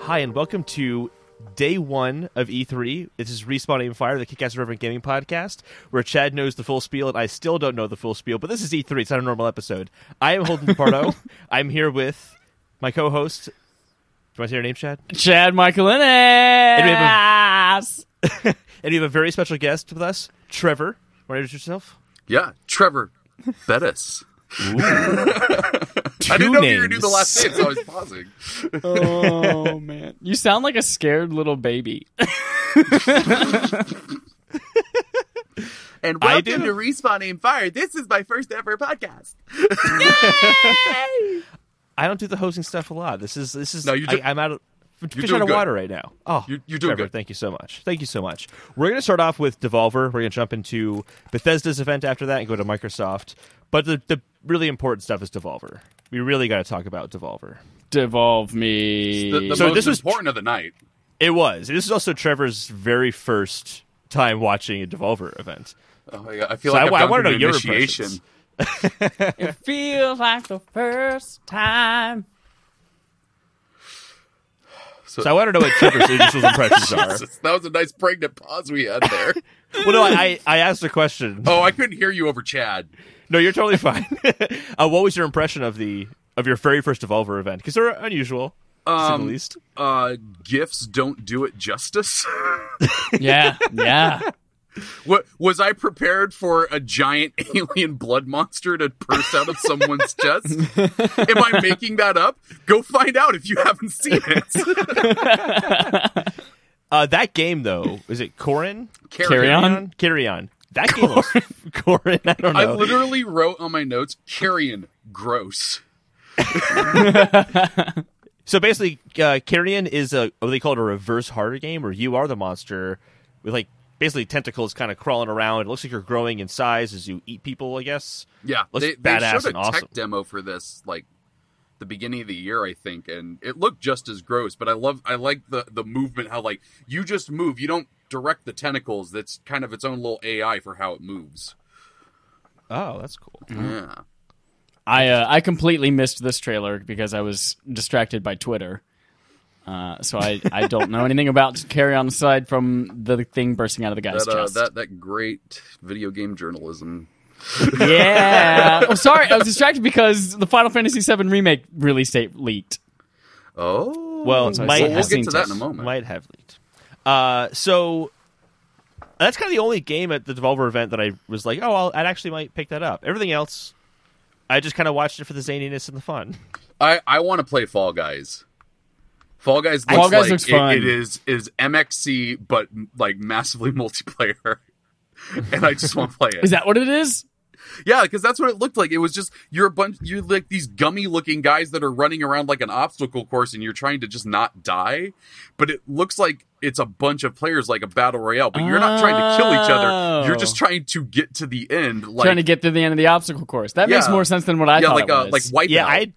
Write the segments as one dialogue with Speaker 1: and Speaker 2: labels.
Speaker 1: Hi, and welcome to day one of E3. This is Respawn Aim Fire, the Kickass Reverend Gaming Podcast, where Chad knows the full spiel and I still don't know the full spiel, but this is E3. It's not a normal episode. I am Holden Pardo. I'm here with my co host. Do you want to say your name, Chad?
Speaker 2: Chad Michael Innes.
Speaker 1: we And we have a very special guest with us, Trevor. Want to introduce yourself?
Speaker 3: Yeah, Trevor Bettis. I didn't know if you were gonna do the last name, so I was pausing.
Speaker 2: oh man, you sound like a scared little baby.
Speaker 3: And
Speaker 1: I
Speaker 3: welcome
Speaker 1: do.
Speaker 3: to Respawn Aim Fire. This is my first ever podcast.
Speaker 1: I don't do the hosting stuff a lot. This is this is
Speaker 3: No, you do-
Speaker 1: I, I'm out of fish
Speaker 3: doing
Speaker 1: out of
Speaker 3: good.
Speaker 1: water right now. Oh,
Speaker 3: You- you're doing
Speaker 1: Trevor,
Speaker 3: good.
Speaker 1: Thank you so much. Thank you so much. We're gonna start off with Devolver. We're gonna jump into Bethesda's event after that and go to Microsoft. But the the really important stuff is Devolver. We really got to talk about Devolver.
Speaker 2: Devolve
Speaker 3: The,
Speaker 2: me.
Speaker 3: the
Speaker 1: So
Speaker 3: most
Speaker 1: this was-
Speaker 3: important of the night.
Speaker 1: It was. This is also Trevor's very first time watching a Devolver event.
Speaker 3: Oh my God, I feel
Speaker 1: So
Speaker 3: like
Speaker 1: I-
Speaker 3: I,
Speaker 1: I
Speaker 3: have
Speaker 1: wanna
Speaker 3: gone
Speaker 1: know
Speaker 3: through an
Speaker 1: your
Speaker 3: initiation.
Speaker 1: impressions.
Speaker 2: it feels like the first time.
Speaker 1: So I want to know what Trevor's initial impressions are.
Speaker 3: Jesus, that was a nice pregnant pause we had there.
Speaker 1: Well, no, I I I asked a question.
Speaker 3: oh, I couldn't hear you over Chad.
Speaker 1: No, you're totally fine. uh, what was your impression of the of your very first Devolver event? Because they're unusual, to say
Speaker 3: Um,
Speaker 1: the least.
Speaker 3: Uh, gifts don't do it justice.
Speaker 2: Yeah, yeah.
Speaker 3: what was I prepared for a giant alien blood monster to burst out of someone's chest? Am I making that up? Go find out if you haven't seen it.
Speaker 1: Uh, that game, though, is it Corin?
Speaker 2: Carry on.
Speaker 1: Carry on. That game, was, Corin. I don't know.
Speaker 3: I literally wrote on my notes, carrion, gross.
Speaker 1: So basically, uh, Carrion is a what they call it a reverse horror game, where you are the monster with like basically tentacles kind of crawling around. It looks like you're growing in size as you eat people. I guess.
Speaker 3: Yeah,
Speaker 1: Looks
Speaker 3: they, they
Speaker 1: badass
Speaker 3: showed a
Speaker 1: and awesome.
Speaker 3: tech demo for this like the beginning of the year, I think, and it looked just as gross. But I love, I like the the movement. How like you just move, you don't direct the tentacles. That's kind of its own little AI for how it moves.
Speaker 1: Oh, that's cool.
Speaker 3: Yeah,
Speaker 2: I uh, I completely missed this trailer because I was distracted by Twitter. Uh, so I, I don't know anything about carry on aside from the thing bursting out of the guy's
Speaker 3: that uh,
Speaker 2: chest.
Speaker 3: that that great video game journalism.
Speaker 2: Yeah. oh, sorry, I was distracted because the Final Fantasy VII remake release date leaked.
Speaker 3: Oh,
Speaker 1: Well,
Speaker 2: So I
Speaker 1: might
Speaker 2: said-
Speaker 3: we'll
Speaker 1: have
Speaker 3: get
Speaker 2: seen
Speaker 3: to that in a
Speaker 2: this.
Speaker 3: moment.
Speaker 1: Might have leaked. Uh, so that's kind of the only game at the Devolver event that I was like, oh, I'll, I actually might pick that up. Everything else, I just kind of watched it for the zaniness and the fun.
Speaker 3: I I want to play Fall Guys. Fall Guys looks
Speaker 2: Fall Guys
Speaker 3: like
Speaker 2: looks
Speaker 3: it-
Speaker 2: fun.
Speaker 3: it is is MXC but m- like massively multiplayer. and I just want to play
Speaker 2: Is
Speaker 3: it.
Speaker 2: that what it is?
Speaker 3: Yeah, because that's what it looked like. It was just you're a bunch you're like these gummy looking guys that are running around like an obstacle course and you're trying to just not die. But it looks like it's a bunch of players like a battle royale, but you're not trying to kill each other. You're
Speaker 2: Oh.
Speaker 3: just trying to get to the end like
Speaker 2: trying to get to the end of the obstacle course. That makes
Speaker 3: Yeah.
Speaker 2: more sense than what I
Speaker 3: yeah,
Speaker 2: thought.
Speaker 3: like
Speaker 2: it
Speaker 3: uh,
Speaker 2: was.
Speaker 3: like wipeout.
Speaker 1: yeah, I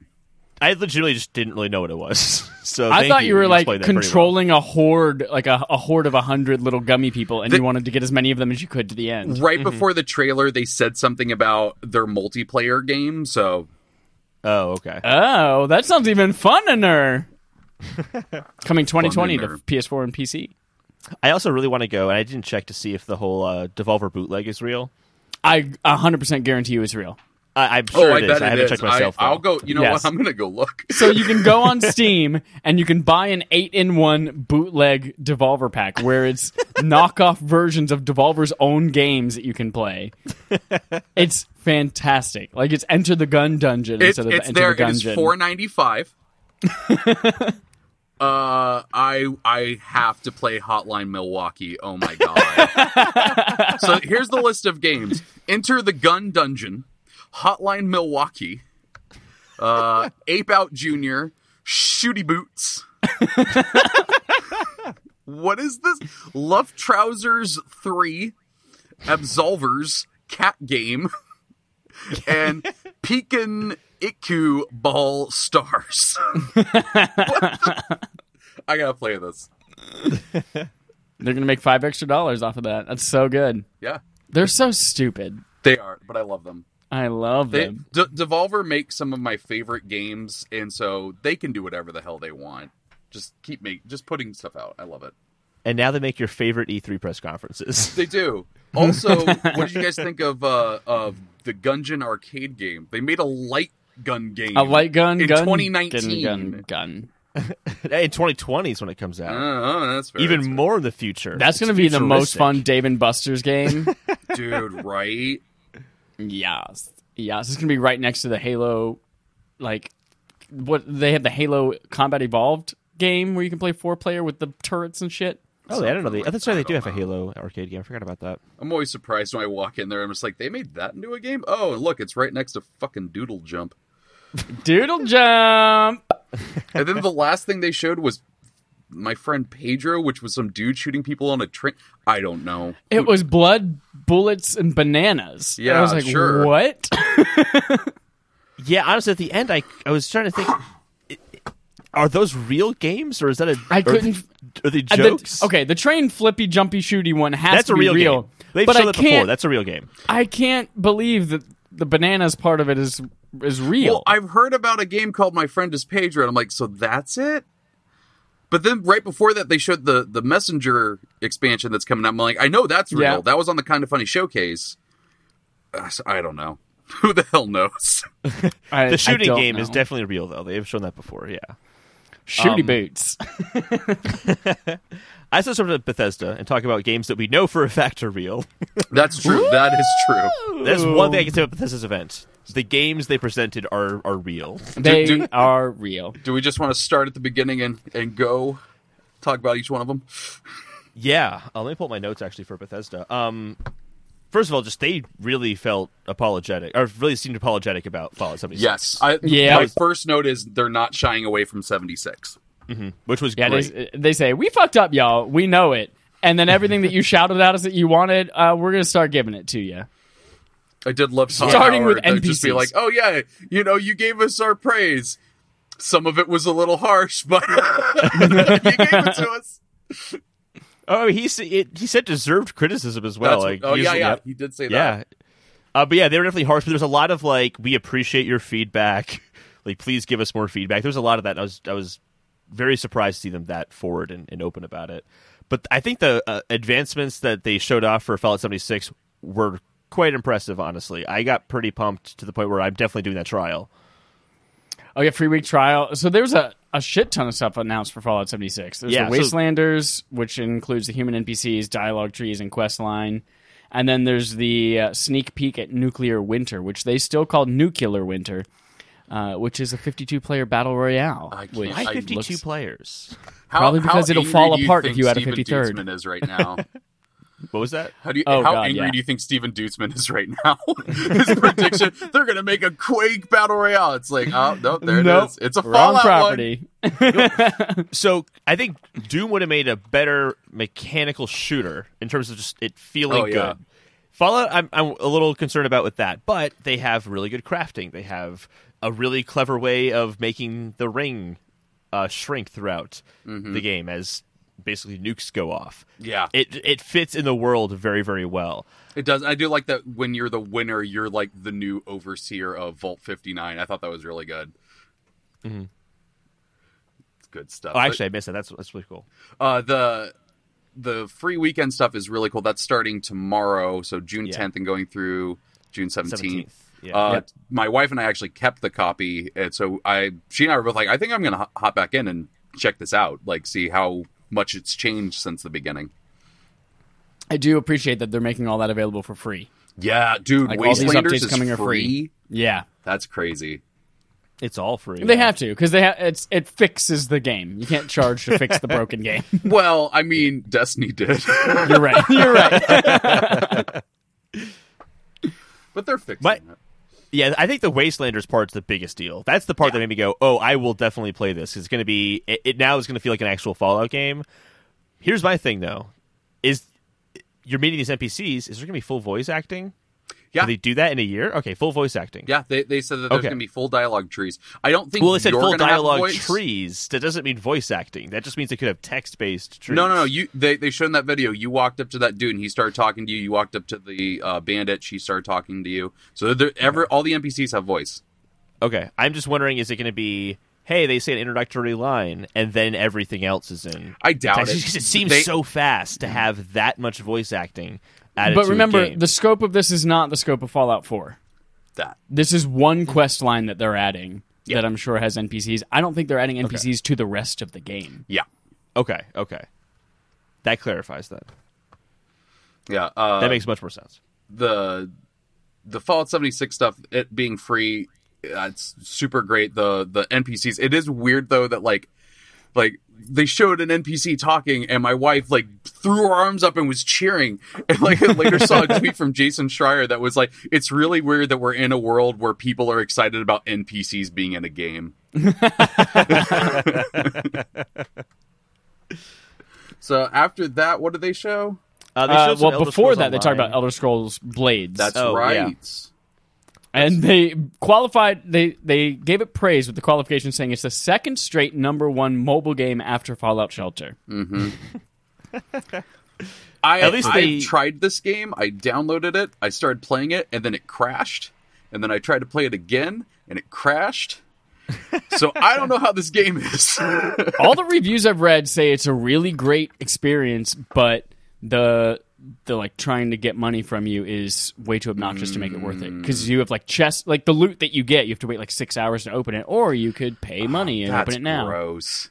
Speaker 1: I legitimately just didn't really know what it was. So
Speaker 2: I
Speaker 1: thank
Speaker 2: thought you were like
Speaker 1: explained that pretty
Speaker 2: controlling a horde, like a, a horde of a hundred little gummy people, and
Speaker 3: The-
Speaker 2: you wanted to get as many of them as you could to the end.
Speaker 1: Mm-hmm.
Speaker 3: right before the trailer they said something about their multiplayer game so
Speaker 1: well. Oh, okay.
Speaker 2: Oh, that sounds even funner. Coming 2020 to
Speaker 3: Funner.
Speaker 2: PS4 and PC.
Speaker 1: I also really want to go, and I didn't check to see if the whole uh, Devolver bootleg is real.
Speaker 2: I 100% guarantee you it's real.
Speaker 1: I, I'm sure
Speaker 3: oh
Speaker 1: it
Speaker 3: i
Speaker 1: is.
Speaker 3: bet it
Speaker 1: I haven't
Speaker 3: is.
Speaker 1: checked myself.
Speaker 3: I,
Speaker 1: though.
Speaker 3: will go you know
Speaker 2: Yes.
Speaker 3: what i'm gonna go look
Speaker 2: So you can go on Steam and you can buy an eight in one bootleg Devolver pack where it's knockoff versions of Devolver's own games that you can play. It's fantastic. Like it's Enter the Gun Dungeon
Speaker 3: It-
Speaker 2: instead of
Speaker 3: it's
Speaker 2: Enter
Speaker 3: there
Speaker 2: the Gungeon.
Speaker 3: it's 495 uh i i have to play hotline milwaukee oh my god so here's the list of games enter the gun dungeon hotline milwaukee uh ape out junior shooty boots what is this love trousers 3 absolvers cat game and Pekin Iku Ball Stars. What the- I gotta play this.
Speaker 2: They're gonna make five extra dollars off of that. That's so good.
Speaker 3: Yeah,
Speaker 2: They're so stupid.
Speaker 3: they are, but I love them.
Speaker 2: I love
Speaker 3: They,
Speaker 2: them.
Speaker 3: D- Devolver makes some of my favorite games, and so they can do whatever the hell they want. Just keep make just putting stuff out. I love it.
Speaker 1: And now they make your favorite E3 press conferences.
Speaker 3: They do. Also, what did you guys think of uh, of the Gungeon arcade game? They made a light gun game.
Speaker 2: A light gun,
Speaker 3: in
Speaker 2: gun,
Speaker 3: 2019.
Speaker 2: gun, gun, gun.
Speaker 1: Hey, In 2020 is when it comes out.
Speaker 3: Oh, that's fair,
Speaker 1: Even
Speaker 3: that's
Speaker 1: more in the future. It's
Speaker 2: That's going to be the most
Speaker 1: futuristic.
Speaker 2: fun Dave and Buster's game.
Speaker 3: fair. dude. Right?
Speaker 2: yes, yes, it's going to be right next to the Halo. Like, what they have the Halo Combat Evolved game where you can play four player with the turrets and shit.
Speaker 1: Oh, I don't know. They, that's why
Speaker 3: I
Speaker 1: they do
Speaker 3: don't
Speaker 1: have a Halo arcade game. I forgot about that.
Speaker 3: I'm always surprised when I walk in there. I'm just like, they made that into a game. Oh, and look, it's right next to fucking Doodle Jump.
Speaker 2: Doodle jump.
Speaker 3: And then the last thing they showed was my friend Pedro, which was some dude shooting people on a train. I don't know.
Speaker 2: It was blood, bullets, and bananas. And I
Speaker 3: Yeah,
Speaker 2: was like,
Speaker 3: sure.
Speaker 2: what?
Speaker 1: Yeah, honestly, at the end, I I was trying to think. Are those real games or is that a?
Speaker 2: I
Speaker 1: are they-
Speaker 2: couldn't-
Speaker 1: Are they
Speaker 2: And the-
Speaker 1: jokes?
Speaker 2: okay, the train flippy, jumpy, shooty one has
Speaker 1: that's
Speaker 2: to
Speaker 1: a
Speaker 2: be
Speaker 1: real,
Speaker 2: real.
Speaker 1: game. They've
Speaker 2: but
Speaker 1: shown
Speaker 2: I
Speaker 1: that
Speaker 2: can't.
Speaker 1: before. That's a real game.
Speaker 2: I can't believe that the bananas part of it is is real.
Speaker 3: Well, I've heard about a game called My Friend is Pedro, and I'm like, so that's it? But then right before that, they showed the, the Messenger expansion that's coming out. I'm like, I know that's real.
Speaker 2: Yeah.
Speaker 3: That was on the Kind of Funny showcase. Uh, so I don't know. Who the hell knows?
Speaker 2: I- I
Speaker 1: The shooting
Speaker 2: don't
Speaker 1: game is
Speaker 2: know.
Speaker 1: definitely real though. They have shown that before. Yeah,
Speaker 2: shooty
Speaker 1: um,
Speaker 2: boots.
Speaker 1: I saw something about Bethesda and talk about games that we know for a fact are real.
Speaker 3: That's true. That is true.
Speaker 1: That's one thing I can say about Bethesda's event. The games they presented are are real.
Speaker 2: They
Speaker 3: do-
Speaker 2: are real.
Speaker 3: Do we just want to start at the beginning and, and go talk about each one of them?
Speaker 1: Yeah, uh, let me pull up my notes actually for Bethesda. Um, first of all, just they really felt apologetic or really seemed apologetic about Fallout 76.
Speaker 3: Yes. I,
Speaker 2: Yeah.
Speaker 3: My first note is they're not shying away from 76.
Speaker 1: which was
Speaker 2: Yeah,
Speaker 1: great.
Speaker 2: they, uh, they say we fucked up, y'all. We know it. And then everything that you shouted out us that you wanted, uh, we're gonna start giving it to you.
Speaker 3: I did love Tom
Speaker 2: Starting
Speaker 3: Howard,
Speaker 2: with
Speaker 3: though, Just be
Speaker 2: NPCs.
Speaker 3: like, oh yeah, you know, you gave us our praise. Some of it was a little harsh, but you gave it to us.
Speaker 1: Oh, he s- it, he said deserved criticism as well.
Speaker 3: That's-
Speaker 1: like,
Speaker 3: oh
Speaker 1: he's-
Speaker 3: yeah, yeah,
Speaker 1: yep.
Speaker 3: he did say
Speaker 1: yeah.
Speaker 3: that.
Speaker 1: Uh, but yeah, they were definitely harsh. But there's a lot of like, we appreciate your feedback. like, please give us more feedback. There's a lot of that. And I was I was very surprised to see them that forward and, and open about it. But I think the uh, advancements that they showed off for Fallout 76 were quite impressive. Honestly, I got pretty pumped to the point where I'm definitely doing that trial.
Speaker 2: Oh yeah, free week trial. So there's a, a shit ton of stuff announced for Fallout 76. There's
Speaker 1: Yeah,
Speaker 2: the
Speaker 1: so-
Speaker 2: Wastelanders, which includes the human NPCs, dialogue trees, and quest line. And then there's the uh, sneak peek at Nuclear Winter, which they still call Nuclear Winter, uh, which is a 52 player battle royale.
Speaker 3: I can't-
Speaker 2: which
Speaker 1: Why
Speaker 3: I-
Speaker 1: 52
Speaker 2: looks-
Speaker 1: players?
Speaker 3: How,
Speaker 2: Probably because
Speaker 3: how
Speaker 2: it'll
Speaker 3: angry
Speaker 2: fall
Speaker 3: do
Speaker 2: apart if
Speaker 3: think
Speaker 2: you add a
Speaker 3: Steven
Speaker 2: 53rd.
Speaker 3: Dootsman is right now.
Speaker 1: What was that?
Speaker 3: How do you?
Speaker 2: Oh,
Speaker 3: how
Speaker 2: God,
Speaker 3: angry
Speaker 2: yeah.
Speaker 3: do you think Steven Dootsman is right now? His prediction: they're going to make a Quake battle royale. It's like, oh no, there it
Speaker 2: Nope.
Speaker 3: is. It's a
Speaker 2: Wrong
Speaker 3: Fallout
Speaker 2: property.
Speaker 1: So I think Doom would have made a better mechanical shooter in terms of just it feeling
Speaker 3: Oh,
Speaker 1: good.
Speaker 3: yeah.
Speaker 1: Fallout, I'm, I'm a little concerned about with that, but they have really good crafting. They have a really clever way of making the ring uh, shrink throughout
Speaker 3: Mm-hmm.
Speaker 1: the game as basically nukes go off.
Speaker 3: Yeah.
Speaker 1: it it fits in the world very very well.
Speaker 3: It does. I do like that when you're the winner, you're like the new overseer of Vault 59. I thought that was really good.
Speaker 2: Mm-hmm.
Speaker 3: It's good stuff.
Speaker 1: Oh, actually, I missed that. That's that's really cool.
Speaker 3: But, uh, the the free weekend stuff is really cool. That's starting tomorrow, so June
Speaker 1: Yeah.
Speaker 3: 10th and going through June 17th.
Speaker 1: Seventeenth. Yeah.
Speaker 3: Uh,
Speaker 2: Yep.
Speaker 3: My wife and I actually kept the copy, and so I, she and I were both like, I think I'm gonna ho- hop back in and check this out, like see how much it's changed since the beginning.
Speaker 2: I do appreciate that they're making all that available for free.
Speaker 3: Yeah, dude,
Speaker 2: Like all these
Speaker 3: Wastelanders
Speaker 2: updates
Speaker 3: is
Speaker 2: coming are
Speaker 3: free.
Speaker 2: free. Yeah,
Speaker 3: That's crazy.
Speaker 1: it's all free.
Speaker 2: they have to because they ha- it's it fixes the game. You can't charge to fix the broken game.
Speaker 3: Well, I mean, Destiny did,
Speaker 2: You're right. You're right.
Speaker 3: but they're fixing
Speaker 1: But-
Speaker 3: it.
Speaker 1: Yeah, I think the Wastelanders part's the biggest deal. That's the part that made me go, "Oh, I will definitely play this." It's going to be it, it now is going to feel like an actual Fallout game. Here's my thing though: is you're meeting these NPCs? Is there going to be full voice acting?
Speaker 3: Yeah.
Speaker 1: Can they do that in a year? Okay, full voice acting.
Speaker 3: Yeah, they, they said that there's
Speaker 1: Okay.
Speaker 3: going to be full dialogue trees. I don't think
Speaker 1: Well, they said
Speaker 3: you're
Speaker 1: full
Speaker 3: gonna have
Speaker 1: dialogue
Speaker 3: voice.
Speaker 1: trees. That doesn't mean voice acting. That just means they could have text based trees.
Speaker 3: No, no, no. You they they showed in that video. You walked up to that dude and he started talking to you. You walked up to the uh, bandit. She started talking to you. So they're, ever all the NPCs have voice.
Speaker 1: Okay, I'm just wondering: is it going to be, hey, they say an introductory line, and then everything else is in.
Speaker 3: I doubt
Speaker 1: Text,
Speaker 3: it.
Speaker 1: 'cause it seems
Speaker 3: They-
Speaker 1: so fast to have that much voice acting added
Speaker 2: But
Speaker 1: to a
Speaker 2: remember,
Speaker 1: game.
Speaker 2: the scope of this is not the scope of Fallout 4.
Speaker 3: that.
Speaker 2: This is one quest line that they're adding
Speaker 3: Yeah.
Speaker 2: that I'm sure has NPCs. I don't think they're adding NPCs to the rest of the game.
Speaker 3: Yeah.
Speaker 1: okay, okay, that clarifies that.
Speaker 3: Yeah. Uh,
Speaker 1: That makes much more sense.
Speaker 3: the the Fallout 76 stuff, it being free, that's super great. The the NPCs. It is weird though that like like they showed an NPC talking and my wife like threw her arms up and was cheering. And like I later saw a tweet from Jason Schreier that was like, It's really weird that we're in a world where people are excited about NPCs being in a game. so after that, what did they show?
Speaker 1: Uh, they
Speaker 2: Uh,
Speaker 1: showed some
Speaker 2: well,
Speaker 1: Elder
Speaker 2: before
Speaker 1: Scrolls
Speaker 2: that, they talked
Speaker 1: Online.
Speaker 2: about Elder Scrolls Blades,
Speaker 3: That's
Speaker 1: Oh,
Speaker 3: right.
Speaker 1: yeah.
Speaker 2: and they qualified. They they gave it praise with the qualification saying it's the second straight number one mobile game after Fallout Shelter.
Speaker 3: I
Speaker 1: At least
Speaker 3: I
Speaker 1: they-
Speaker 3: tried this game. I downloaded it. I started playing it, and then it crashed. And then I tried to play it again, and it crashed. so I don't know how this game is.
Speaker 2: All the reviews I've read say it's a really great experience, but the the like trying to get money from you is way too obnoxious to make it worth it because you have like chest like the loot that you get you have to wait like six hours to open it or you could pay money and open
Speaker 3: That's
Speaker 2: it now
Speaker 3: gross.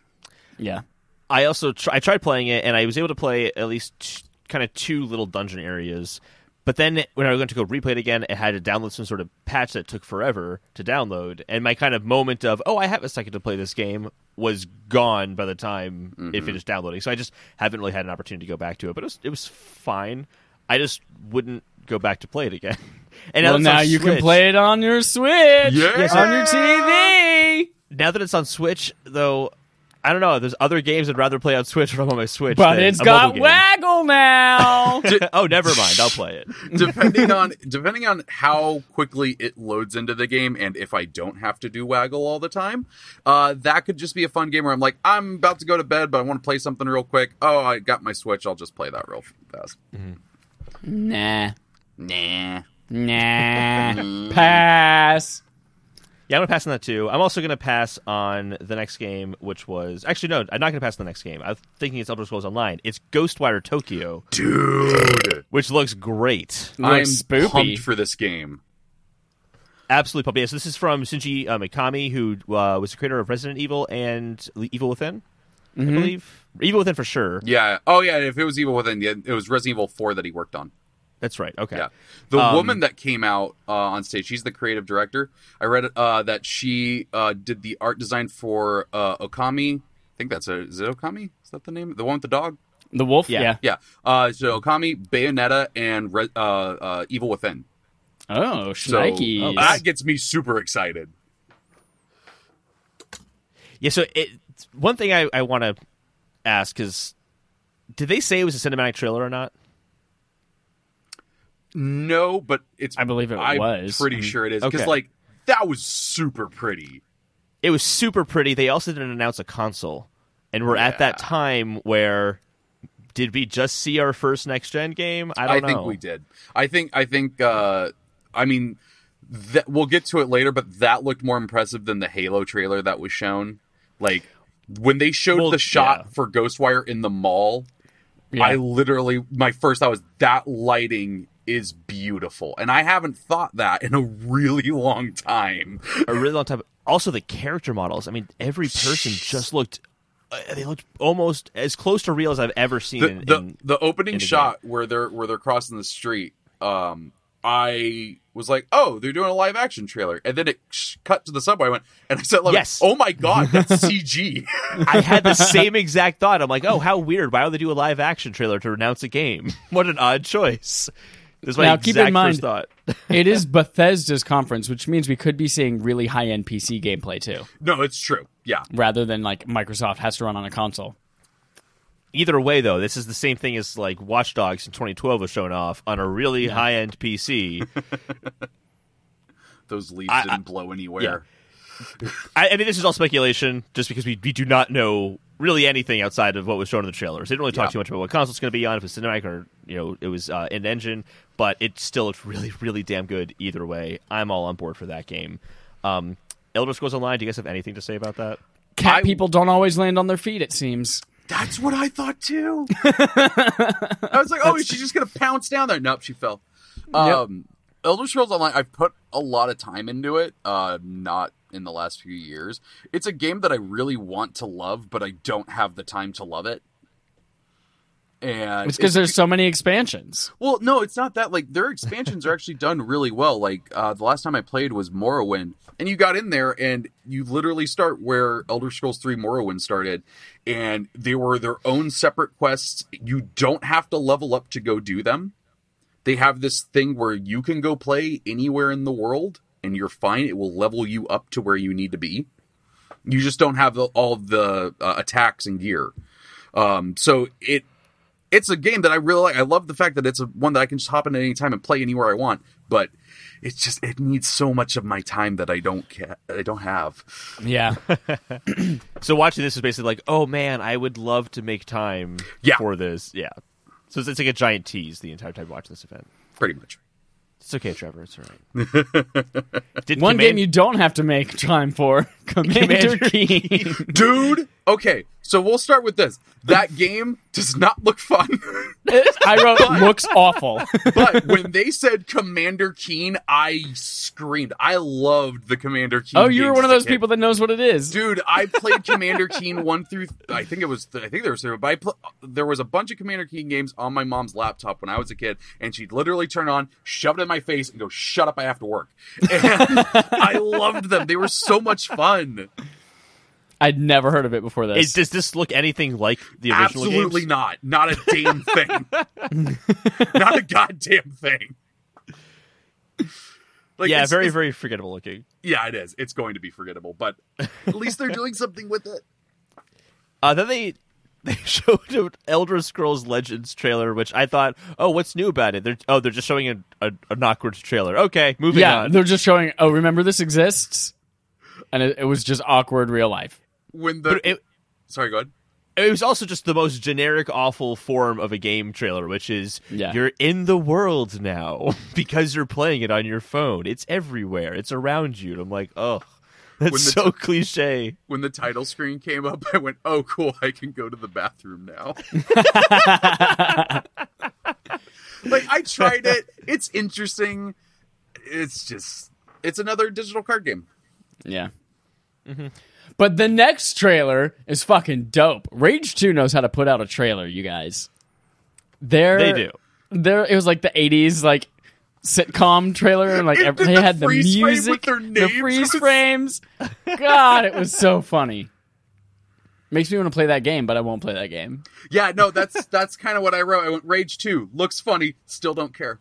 Speaker 2: yeah
Speaker 1: I also tr- I tried playing it, and I was able to play at least t- kind of two little dungeon areas. But then when I went to go replay it again, it had to download some sort of patch that took forever to download, and my kind of moment of oh I have a second to play this game was gone by the time
Speaker 2: Mm-hmm.
Speaker 1: it finished downloading. So I just haven't really had an opportunity to go back to it. But it was it was fine. I just wouldn't go back to play it again. and
Speaker 2: well
Speaker 1: that it's on
Speaker 2: now you can
Speaker 1: Switch-
Speaker 2: play it on your Switch
Speaker 3: Yeah.
Speaker 2: on your TV
Speaker 1: now that it's on Switch though. I don't know. There's other games I'd rather play on Switch if I'm on my Switch.
Speaker 2: but
Speaker 1: than
Speaker 2: it's
Speaker 1: a mobile
Speaker 2: got
Speaker 1: game.
Speaker 2: waggle now
Speaker 1: oh, never mind. I'll play it.
Speaker 3: depending on depending on how quickly it loads into the game, and if I don't have to do waggle all the time, uh, that could just be a fun game where I'm like, I'm about to go to bed, but I want to play something real quick. Oh, I got my Switch. I'll just play that real fast.
Speaker 2: nah
Speaker 3: Nah.
Speaker 2: nah pass
Speaker 1: Yeah, I'm gonna pass on that too. I'm also gonna pass on the next game, which was actually no, I'm not gonna pass on the next game. I'm thinking it's Elder Scrolls Online. It's Ghostwire Tokyo,
Speaker 3: Dude.
Speaker 1: which looks great,
Speaker 3: I'm
Speaker 2: Looks spoopy.
Speaker 3: pumped for this game.
Speaker 1: absolutely pumped. Yeah, so this is from Shinji uh, Mikami, who uh, was the creator of Resident Evil and Evil Within, I believe. Evil Within for sure.
Speaker 3: Mm-hmm. Yeah. Oh, yeah. If it was Evil Within, yeah, it was Resident Evil 4 that he worked on.
Speaker 1: That's right. Okay.
Speaker 3: Yeah. The
Speaker 1: Um,
Speaker 3: woman that came out uh, on stage, she's the creative director. I read uh, that she uh, did the art design for uh, Okami. I think that's a. Is it Okami? Is that the name? The one with the dog?
Speaker 2: the wolf
Speaker 1: Yeah.
Speaker 2: yeah.
Speaker 3: Yeah. Uh, so Okami, Bayonetta, and Re- uh, uh, Evil Within.
Speaker 2: Oh,
Speaker 3: So
Speaker 2: shnikes.
Speaker 3: that gets me super excited.
Speaker 1: Yeah. So it, one thing I, I want to ask is, did they say it was a cinematic trailer or not?
Speaker 3: No, but it's.
Speaker 2: I believe it
Speaker 3: I'm
Speaker 2: was. Mm-hmm.
Speaker 3: pretty sure it is. Because,
Speaker 1: Okay.
Speaker 3: like, that was super pretty.
Speaker 1: it was super pretty. They also didn't announce a console, and we're at that time where did we just see our first next gen game? I don't know.
Speaker 3: think we did. I think I think uh I mean that we'll get to it later, but that looked more impressive than the Halo trailer that was shown. Like when they showed
Speaker 1: Well,
Speaker 3: the shot
Speaker 1: yeah.
Speaker 3: for Ghostwire in the mall,
Speaker 2: Yeah.
Speaker 3: I literally my first thought was that lighting is beautiful. And I haven't thought that in a really long time.
Speaker 1: a really long time. Also, the character models. I mean, every person just looked. Uh, they looked almost as close to real as I've ever seen.
Speaker 3: the,
Speaker 1: in,
Speaker 3: the,
Speaker 1: in-
Speaker 3: the opening
Speaker 1: the
Speaker 3: shot where they're where they're crossing the street um i was like oh they're doing a live action trailer and then it sh- cut to the subway I went and i said like
Speaker 1: Yes.
Speaker 3: oh my god that's cg
Speaker 1: I had the same exact thought. I'm like, oh, how weird. Why would they do a live action trailer to announce a game? what an odd choice. This is my
Speaker 2: Now,
Speaker 1: exact
Speaker 2: keep in mind-
Speaker 1: first thought.
Speaker 2: it is Bethesda's conference, which means we could be seeing really high end PC gameplay too,
Speaker 3: no it's true yeah
Speaker 2: rather than like Microsoft has to run on a console.
Speaker 1: Either way, though, this is the same thing as like Watch Dogs in 2012 was shown off on a really high end PC.
Speaker 3: those leaves
Speaker 1: I-
Speaker 3: didn't blow anywhere
Speaker 1: yeah. I, I mean, this is all speculation, just because we, we do not know really anything outside of what was shown in the trailers. They didn't really talk
Speaker 3: Yeah.
Speaker 1: too much about what console it's going to be on, if it's cinematic or you know it was uh, in engine. But it still looked really, really damn good either way. I'm all on board for that game. Um, Elder Scrolls Online. Do you guys have anything to say about that?
Speaker 2: Cat
Speaker 3: I-
Speaker 2: people don't always land on their feet. It seems.
Speaker 3: That's what I thought too. I was like, oh, she's just gonna pounce down there. Nope, she fell. Um, Elder Scrolls Online. I've put a lot of time into it. Uh, not in the last few years. It's a game that I really want to love, but I don't have the time to love it. And
Speaker 2: It's because there's so many expansions.
Speaker 3: well, no, it's not that. Like their expansions are actually done really well. Like uh, the last time I played was Morrowind, and you got in there and you literally start where Elder Scrolls Three Morrowind started, and they were their own separate quests. You don't have to level up to go do them. They have this thing where you can go play anywhere in the world, and you're fine. It will level you up to where you need to be. You just don't have the, all the uh, attacks and gear. Um, so it it's a game that I really like. I love the fact that it's a, one that I can just hop in at any time and play anywhere I want. But it's just it needs so much of my time that I don't ca- I don't have.
Speaker 2: Yeah.
Speaker 1: So watching this is basically like, oh man, I would love to make time
Speaker 3: Yeah.
Speaker 1: for this. Yeah. So it's, it's like a giant tease the entire time you watch this event.
Speaker 3: Pretty much.
Speaker 1: It's okay, Trevor. It's all right. Did
Speaker 2: One game
Speaker 1: Command-
Speaker 2: you don't have to make time for Commander,
Speaker 1: Commander
Speaker 2: Keen.
Speaker 3: Dude, okay, so we'll start with this. That game does not look fun,
Speaker 2: I wrote looks awful.
Speaker 3: but when they said Commander Keen, I screamed. I loved the Commander Keen.
Speaker 2: oh, you were
Speaker 3: games
Speaker 2: one of
Speaker 3: as a
Speaker 2: those
Speaker 3: kid.
Speaker 2: people that knows what it is.
Speaker 3: Dude, I played Commander Keen one through. I think it was. I think there was. But I pl- there was a bunch of Commander Keen games on my mom's laptop when I was a kid, and she'd literally turn on, shove it in my face, and go, "Shut up! I have to work." And I loved them. They were so much fun.
Speaker 2: I'd never heard of it before
Speaker 1: is,
Speaker 2: this.
Speaker 1: does this look anything like the original
Speaker 3: Absolutely
Speaker 1: games?
Speaker 3: not. Not a damn thing. not a goddamn thing. Like,
Speaker 1: yeah,
Speaker 3: it's-
Speaker 1: very,
Speaker 3: it's-
Speaker 1: very forgettable looking.
Speaker 3: yeah, it is. It's going to be forgettable, but at least they're doing something with it.
Speaker 1: Uh, then they they showed an Elder Scrolls Legends trailer, which I thought, oh, what's new about it? They're oh, they're just showing a, a an awkward trailer. Okay, moving
Speaker 2: yeah,
Speaker 1: on.
Speaker 2: they're just showing. Oh, remember this exists, and it, it was just awkward real life.
Speaker 3: When the
Speaker 1: But it,
Speaker 3: sorry, go ahead.
Speaker 1: it was also just the most generic, awful form of a game trailer, which is
Speaker 2: Yeah.
Speaker 1: you're in the world now because you're playing it on your phone. It's everywhere. It's around you. And I'm like, oh,
Speaker 3: When
Speaker 1: that's
Speaker 3: the
Speaker 1: so cliche.
Speaker 3: when the title screen came up, I went, "Oh, cool! I can go to the bathroom now." like I tried it; it's interesting. It's just it's another digital card game.
Speaker 2: Yeah.
Speaker 1: Mm-hmm.
Speaker 2: But the next trailer is fucking dope. Rage Two knows how to put out a trailer, you guys. They're,
Speaker 1: They do.
Speaker 2: There, it was like the '80s, like sitcom trailer, and like
Speaker 3: It
Speaker 2: ev-
Speaker 3: did
Speaker 2: they
Speaker 3: the
Speaker 2: had the
Speaker 3: freeze frame with
Speaker 2: music,
Speaker 3: their
Speaker 2: the
Speaker 3: names.
Speaker 2: freeze frames. God, it was so funny. Makes me want to play that game, but I won't play that game.
Speaker 3: Yeah, no, that's that's kind of what I wrote. I went, "Rage Two looks funny, still don't care."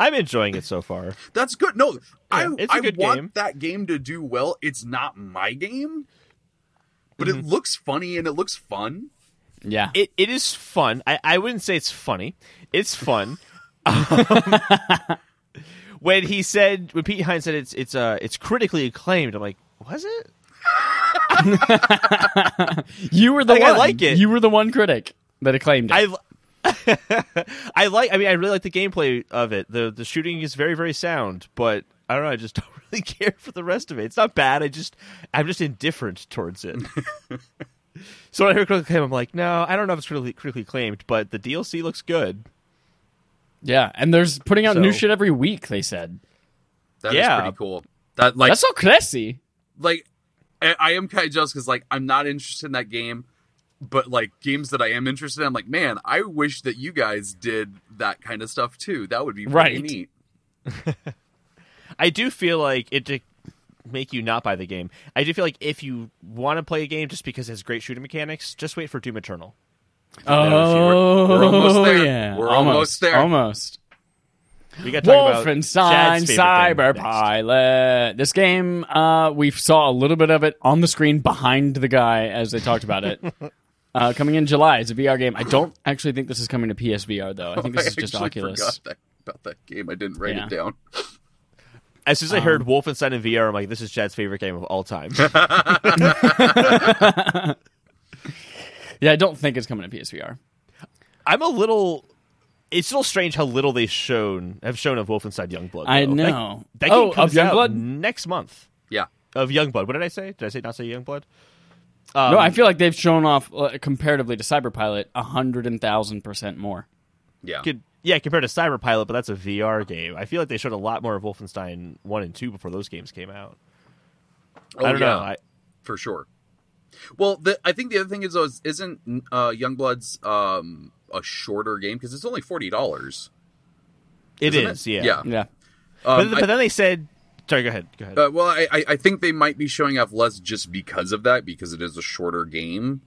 Speaker 1: I'm enjoying it so far.
Speaker 3: That's good. No, I
Speaker 1: it's a
Speaker 3: I
Speaker 1: good
Speaker 3: want
Speaker 1: game.
Speaker 3: that game to do well. It's not my game, but it
Speaker 1: Mm-hmm.
Speaker 3: looks funny and it looks fun.
Speaker 2: Yeah,
Speaker 1: It it is fun. I, I wouldn't say it's funny. It's fun. um, when he said when Pete Hines said it's it's uh it's critically acclaimed, I'm like, was it?
Speaker 2: you were the
Speaker 1: Like, I
Speaker 2: one.
Speaker 1: like it.
Speaker 2: You were the one critic that acclaimed it.
Speaker 1: I l- I like. I mean, I really like the gameplay of it. the The shooting is very, very sound, but I don't know. I just don't really care for the rest of it. It's not bad. I just, I'm just indifferent towards it. so when I heard critical acclaim, I'm like, no, I don't know if it's critically, critically acclaimed, but the DLC looks good.
Speaker 2: yeah, and there's putting out new
Speaker 1: So-
Speaker 2: shit every week. They said
Speaker 3: That is
Speaker 1: Yeah.
Speaker 3: pretty cool. That like
Speaker 2: that's so crazy.
Speaker 3: like I, I am kind of jealous because like I'm not interested in that game, but like games that I am interested in, I'm like, man, I wish that you guys did that kind of stuff too. That would be pretty
Speaker 2: Right.
Speaker 3: neat.
Speaker 1: I do feel like it to make you not buy the game. I do feel like if you want to play a game just because it has great shooting mechanics, just wait for Doom Eternal.
Speaker 2: Oh,
Speaker 3: we're almost there.
Speaker 2: yeah.
Speaker 3: We're almost there.
Speaker 2: Almost.
Speaker 1: We got to talk about
Speaker 2: Wolfenstein
Speaker 1: Chad's favorite thing next.
Speaker 2: Cyberpilot. This game, uh, we saw a little bit of it on the screen behind the guy as they talked about it. Uh, coming in July, it's a VR game. I don't actually think this is coming to PSVR though. I think this is just
Speaker 3: actually
Speaker 2: Oculus.
Speaker 3: forgot that, about that game. I didn't write
Speaker 2: Yeah.
Speaker 3: it down.
Speaker 1: As soon as I
Speaker 2: Um,
Speaker 1: heard Wolfenstein in VR, I'm like, this is Chad's favorite game of all time.
Speaker 2: Yeah, I don't think it's coming to PSVR.
Speaker 1: I'm a little It's still strange how little they shown have shown of Wolfenstein Youngblood.
Speaker 2: I
Speaker 1: though.
Speaker 2: know.
Speaker 1: That, that
Speaker 2: Oh,
Speaker 1: game comes
Speaker 2: of
Speaker 1: out
Speaker 2: Youngblood?
Speaker 1: next month.
Speaker 3: Yeah.
Speaker 1: Of Youngblood. What did I say? Did I say not say Youngblood? Um,
Speaker 2: no, I feel like they've shown off uh, comparatively to Cyberpilot a hundred and thousand percent more.
Speaker 3: Yeah.
Speaker 1: could yeah compared to Cyberpilot, but that's a VR game. I feel like they showed a lot more of Wolfenstein One and Two before those games came out.
Speaker 3: Oh,
Speaker 1: I don't
Speaker 3: yeah.
Speaker 1: know. I,
Speaker 3: for sure. Well, the, I think the other thing is, though, is isn't uh, Youngblood's um, a shorter game because it's only forty dollars.
Speaker 1: it
Speaker 3: Isn't
Speaker 1: is,
Speaker 3: it?
Speaker 1: yeah.
Speaker 3: Yeah.
Speaker 2: Yeah.
Speaker 1: But,
Speaker 3: Um,
Speaker 1: but
Speaker 3: I-
Speaker 1: then they said, sorry, go ahead, go ahead.
Speaker 3: uh, well, I, I- I think they might be showing off less just because of that, because it is a shorter game.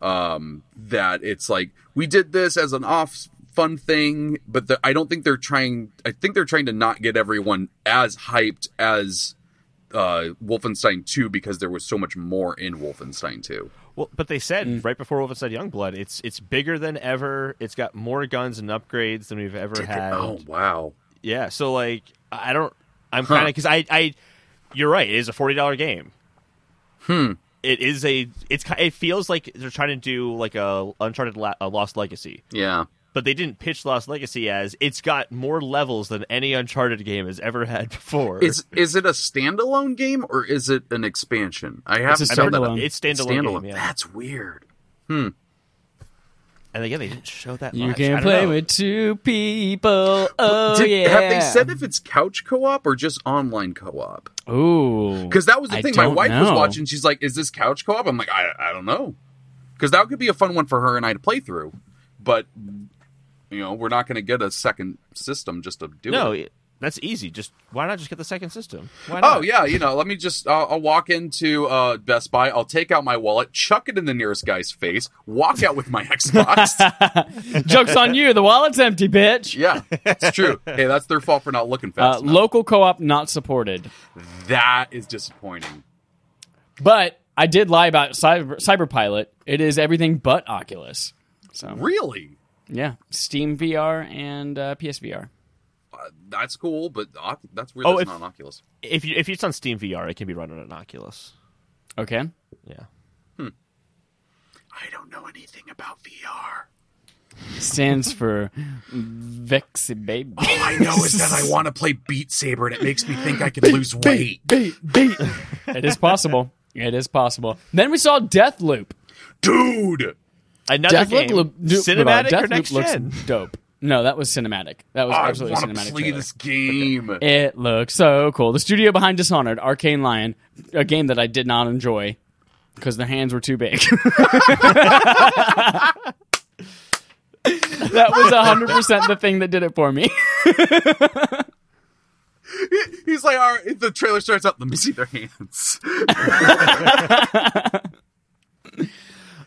Speaker 3: Um, that it's like we did this as an off fun thing, but the, I don't think they're trying. I think they're trying to not get everyone as hyped as uh, Wolfenstein Two because there was so much more in Wolfenstein Two.
Speaker 1: Well, but they said
Speaker 3: mm.
Speaker 1: right before Wolfenstein Youngblood, it's it's bigger than ever. It's got more guns and upgrades than we've ever had.
Speaker 3: Oh wow.
Speaker 1: Yeah, so like I don't, I'm
Speaker 3: Huh.
Speaker 1: kind of because I I, you're right. It is a forty dollar game. Hmm. It is a it's ki- it feels like they're trying to do like a Uncharted La- a Lost Legacy,
Speaker 3: Yeah.
Speaker 1: but they didn't pitch Lost Legacy as it's got more levels than any Uncharted game has ever had before.
Speaker 3: Is is it a standalone game or is it an expansion? I
Speaker 2: It's
Speaker 3: haven't
Speaker 2: a
Speaker 1: I've heard
Speaker 3: found that
Speaker 1: that-
Speaker 2: standalone.
Speaker 1: It's standalone,
Speaker 3: standalone.
Speaker 1: game, yeah.
Speaker 3: That's weird.
Speaker 1: And again, they didn't show that.
Speaker 2: You
Speaker 1: much. I
Speaker 2: can
Speaker 1: don't
Speaker 2: play
Speaker 1: know.
Speaker 2: with two people. Oh
Speaker 3: Did-
Speaker 2: yeah.
Speaker 3: Have they said if it's couch co-op or just online co-op?
Speaker 2: Ooh.
Speaker 3: Because that was the
Speaker 2: I
Speaker 3: thing my
Speaker 2: don't
Speaker 3: wife was
Speaker 2: know.
Speaker 3: watching. She's like, "Is this couch co-op?" I'm like, "I I don't know," because that could be a fun one for her and I to play through. But you know, we're not going to get a second system just to do
Speaker 1: No,
Speaker 3: it.
Speaker 1: it- that's easy. Just why not just get the second system? Why not?
Speaker 3: Oh yeah, you know, let me just I'll I'll walk into uh, Best Buy. I'll take out my wallet, chuck it in the nearest guy's face, walk out with my Xbox.
Speaker 2: Joke's on you. The wallet's empty, bitch.
Speaker 3: Yeah, it's true. hey, that's their fault for not looking
Speaker 2: Uh,
Speaker 3: fast. enough.
Speaker 2: local co-op not supported.
Speaker 3: that is disappointing.
Speaker 2: But I did lie about Cyber Cyberpilot. It is everything but Oculus. So
Speaker 3: Really,
Speaker 2: yeah, Steam VR and uh, PSVR.
Speaker 3: uh, that's cool, but Oc- that's weird.
Speaker 1: Oh,
Speaker 3: that's
Speaker 1: if-
Speaker 3: not an Oculus.
Speaker 1: If you if it's on Steam VR, it can be run on an Oculus.
Speaker 2: Okay.
Speaker 1: Yeah.
Speaker 3: I don't know anything about VR.
Speaker 2: Stands for Vexy Baby.
Speaker 3: All I know is that I want to play Beat Saber, and it makes me think I could lose weight.
Speaker 2: Beat, beat. It is possible. It is possible. Then we saw Death Loop.
Speaker 3: Dude,
Speaker 1: Another
Speaker 2: Death
Speaker 1: game,
Speaker 2: Loop, Loop-
Speaker 1: cinematic
Speaker 2: Death
Speaker 1: or next
Speaker 2: Loop
Speaker 1: gen?
Speaker 2: looks dope. No, that was cinematic. That was
Speaker 3: Oh, I
Speaker 2: absolutely
Speaker 3: want to
Speaker 2: cinematic.
Speaker 3: play
Speaker 2: trailer.
Speaker 3: this game.
Speaker 1: Eh.
Speaker 2: It looks so cool. The studio behind Dishonored, Arcane Lion, a game that I did not enjoy because their hands were too big. that was 100% the thing that did it for me.
Speaker 3: He's like, all right, the trailer starts out. Let me see their hands.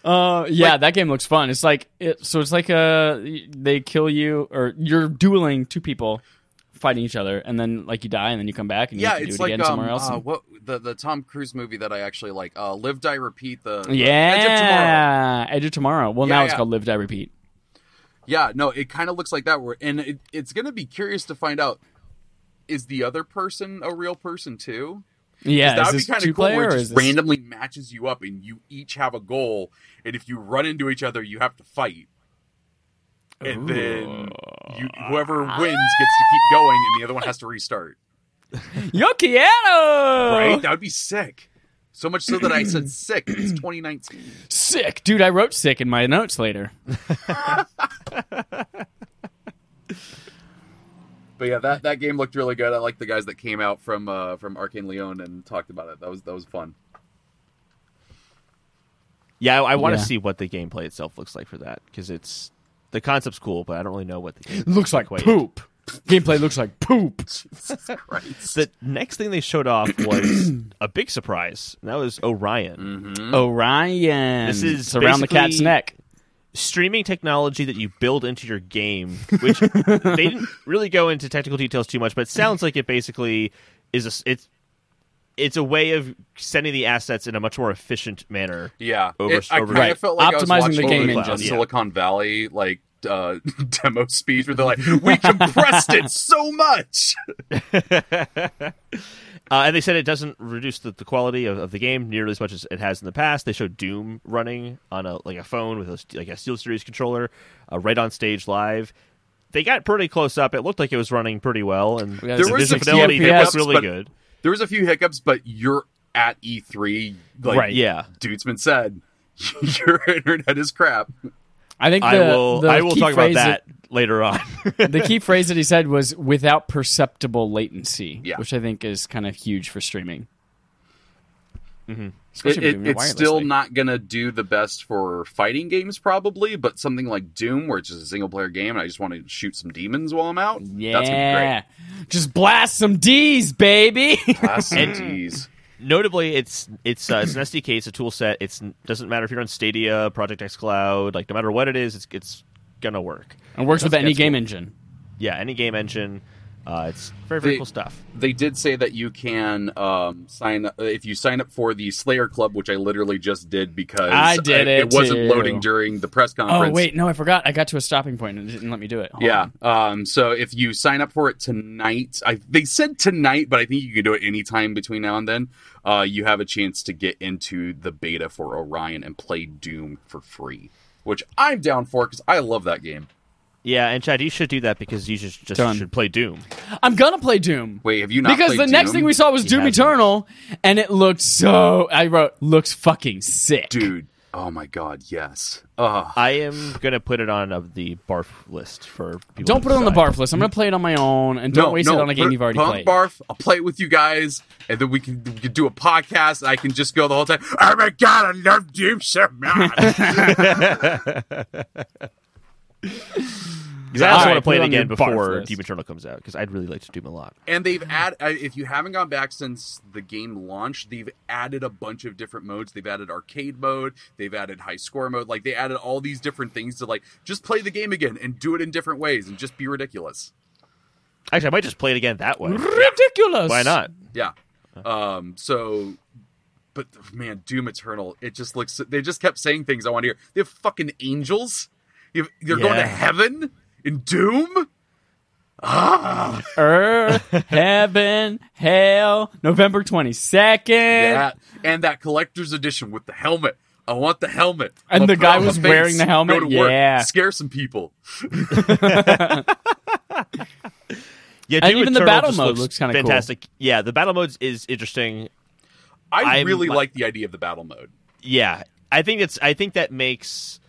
Speaker 2: Uh, yeah, that game looks fun. It's like it, so. It's like uh, they kill you or you're dueling two people fighting each other, and then like you die, and then you come back and you
Speaker 3: yeah,
Speaker 2: have to do
Speaker 3: it's
Speaker 2: it
Speaker 3: like
Speaker 2: again
Speaker 3: um,
Speaker 2: somewhere else.
Speaker 3: uh,
Speaker 2: and-
Speaker 3: what the the Tom Cruise movie that I actually like. Uh, Live, Die, Repeat. The the Edge of Tomorrow.
Speaker 2: yeah, Edge of Tomorrow. Well,
Speaker 3: Yeah,
Speaker 2: now it's
Speaker 3: yeah.
Speaker 2: called Live Die Repeat.
Speaker 3: Yeah, no, it kind of looks like that. Where and it, it's going to be curious to find out is the other person a real person too?
Speaker 2: Yeah,
Speaker 3: that
Speaker 2: is
Speaker 3: would
Speaker 2: this
Speaker 3: be kind
Speaker 2: two
Speaker 3: of cool.
Speaker 2: player
Speaker 3: Where
Speaker 2: or
Speaker 3: it
Speaker 2: is
Speaker 3: just
Speaker 2: this
Speaker 3: randomly matches you up, and you each have a goal, and if you run into each other, you have to fight. And then you, whoever
Speaker 2: Ah.
Speaker 3: wins gets to keep going, and the other one has to restart.
Speaker 2: Yokiano?
Speaker 3: Right? That would be sick. So much so that I said sick. It's 2019.
Speaker 2: Sick, dude. I wrote sick in my notes later.
Speaker 3: But yeah, that, that game looked really good. I like the guys that came out from uh, from Arcane Leon and talked about it. That was that was fun.
Speaker 1: Yeah, I, I want to
Speaker 2: Yeah.
Speaker 1: see what the gameplay itself looks like for that because it's the concept's cool, but I don't really know what the game
Speaker 2: Looks like
Speaker 1: Wait.
Speaker 2: poop. Gameplay looks like poop.
Speaker 3: Jesus Christ.
Speaker 1: The next thing they showed off was a big surprise, and that was Orion,
Speaker 2: Orion.
Speaker 1: This is
Speaker 2: It's around the cat's
Speaker 1: basically-
Speaker 2: neck.
Speaker 1: streaming technology that you build into your game. Which they didn't really go into technical details too much, but it sounds like it basically is a s it's it's a way of sending the assets in a much more efficient manner.
Speaker 3: Yeah,
Speaker 1: Over-
Speaker 3: it, I
Speaker 1: over-
Speaker 3: kind
Speaker 2: Right.
Speaker 3: of felt like I
Speaker 2: Optimizing
Speaker 3: was
Speaker 2: the
Speaker 3: watching
Speaker 2: game
Speaker 3: a
Speaker 2: engine.
Speaker 3: Silicon Valley like uh, demo speech where they're like, "We compressed it so much."
Speaker 1: Uh, and they said it doesn't reduce the, the quality of, of the game nearly as much as it has in the past. They showed Doom running on a like a phone with a, like a Steel Series controller, uh, right on stage live. they got pretty close up. It looked like it was running pretty well, and
Speaker 2: We got
Speaker 1: the
Speaker 2: some
Speaker 1: vision
Speaker 2: 60
Speaker 1: fidelity it
Speaker 2: FPS,
Speaker 1: was really
Speaker 3: but-
Speaker 1: good.
Speaker 3: There was a few hiccups, but you're at E3. Like,
Speaker 2: Right.
Speaker 1: Yeah,
Speaker 3: Dude'sman said, your internet is crap.
Speaker 2: I think the,
Speaker 1: I will.
Speaker 2: the
Speaker 1: I will
Speaker 2: key
Speaker 1: talk about
Speaker 2: phrase
Speaker 1: that later on.
Speaker 2: that- the key phrase that he said was without perceptible latency,
Speaker 3: Yeah.
Speaker 2: which I think is kind of huge for streaming.
Speaker 3: Mm-hmm. It,
Speaker 2: Especially if
Speaker 3: it-
Speaker 2: you're doing
Speaker 3: it's still
Speaker 2: wirelessly.
Speaker 3: not going to do the best for fighting games, probably, but something like Doom, where it's just a single player game and I just want to shoot some demons while I'm out. That's gonna be
Speaker 2: Yeah, just blast some D's, baby.
Speaker 3: great. Class CDs.
Speaker 1: Notably, it's it's uh, it's an SDK. It's a tool set. It's doesn't matter if you're on Stadia, Project X Cloud. Like no matter what it is, it's it's gonna work.
Speaker 2: and works with any
Speaker 1: That's cool.
Speaker 2: game engine.
Speaker 1: Yeah, any game engine. Uh, it's very very
Speaker 3: They-
Speaker 1: cool stuff.
Speaker 3: They did say that you can um, sign up if you sign up for the Slayer Club, which I literally just did because
Speaker 2: I did
Speaker 3: it,
Speaker 2: it
Speaker 3: wasn't
Speaker 2: too.
Speaker 3: loading during the press
Speaker 2: Oh
Speaker 3: conference.
Speaker 2: wait, no, I forgot. I got to a stopping point and it didn't let me do it. Hold
Speaker 3: Yeah.
Speaker 2: on.
Speaker 3: Um, so if you sign up for it tonight, I, they said tonight, but I think you can do it anytime between now and then. Uh, you have a chance to get into the beta for Orion and play Doom for free, which I'm down for because I love that game.
Speaker 1: Yeah, and Chad, you should do that because you should just
Speaker 2: Done.
Speaker 1: should play Doom.
Speaker 2: I'm gonna play Doom.
Speaker 3: Wait, have you not?
Speaker 2: because
Speaker 3: played
Speaker 2: the next
Speaker 3: Doom?
Speaker 2: thing we saw was
Speaker 1: He
Speaker 2: Doom
Speaker 1: hasn't.
Speaker 2: Eternal, and it looked so. I wrote, looks fucking sick.
Speaker 3: dude. Oh my god, yes. Ugh.
Speaker 1: I am gonna put it on of the barf list for people.
Speaker 2: Don't
Speaker 1: to
Speaker 2: put it on the
Speaker 1: decide.
Speaker 2: barf list. I'm gonna play it on my own, and don't
Speaker 3: no,
Speaker 2: waste
Speaker 3: no,
Speaker 2: it on a game
Speaker 3: put-
Speaker 2: you've already
Speaker 3: pump
Speaker 2: played.
Speaker 3: Barf, I'll play it with you guys, and then we can, we can do a podcast. And I can just go the whole time. Oh my god, I love Doom so much.
Speaker 1: Because I also
Speaker 2: Alright,
Speaker 1: want to play it
Speaker 2: put it on your
Speaker 1: again
Speaker 2: barf
Speaker 1: before
Speaker 2: list.
Speaker 1: Doom Eternal comes out because I'd really like to Doom a lot.
Speaker 3: And they've added, if you haven't gone back since the game launched, they've added a bunch of different modes. They've added arcade mode, they've added high score mode. Like, they added all these different things to, like, just play the game again and do it in different ways and just be ridiculous.
Speaker 1: Actually, I might just play it again that way.
Speaker 2: Ridiculous.
Speaker 1: Why not?
Speaker 3: Yeah. Um, so, but man, Doom Eternal, it just looks, they just kept saying things I want to hear. They have fucking angels, you have, you're going
Speaker 1: Yeah.
Speaker 3: to heaven in Doom?
Speaker 2: Earth, heaven, hell, November twenty second,
Speaker 3: that and that collector's edition with the helmet. I want the helmet.
Speaker 2: And
Speaker 3: I'll
Speaker 2: the
Speaker 3: put
Speaker 2: guy
Speaker 3: on
Speaker 2: was
Speaker 3: my face,
Speaker 2: wearing the helmet?
Speaker 3: Go to work,
Speaker 2: Yeah.
Speaker 3: scare some people.
Speaker 1: Yeah,
Speaker 2: And
Speaker 1: Doom
Speaker 2: even the
Speaker 1: Eternal
Speaker 2: battle
Speaker 1: just
Speaker 2: mode
Speaker 1: looks,
Speaker 2: looks kinda cool.
Speaker 1: fantastic. Yeah, the battle mode is interesting.
Speaker 3: I
Speaker 1: I'm
Speaker 3: really
Speaker 1: like-
Speaker 3: like the idea of the battle mode.
Speaker 1: Yeah, I think that's. I think that makes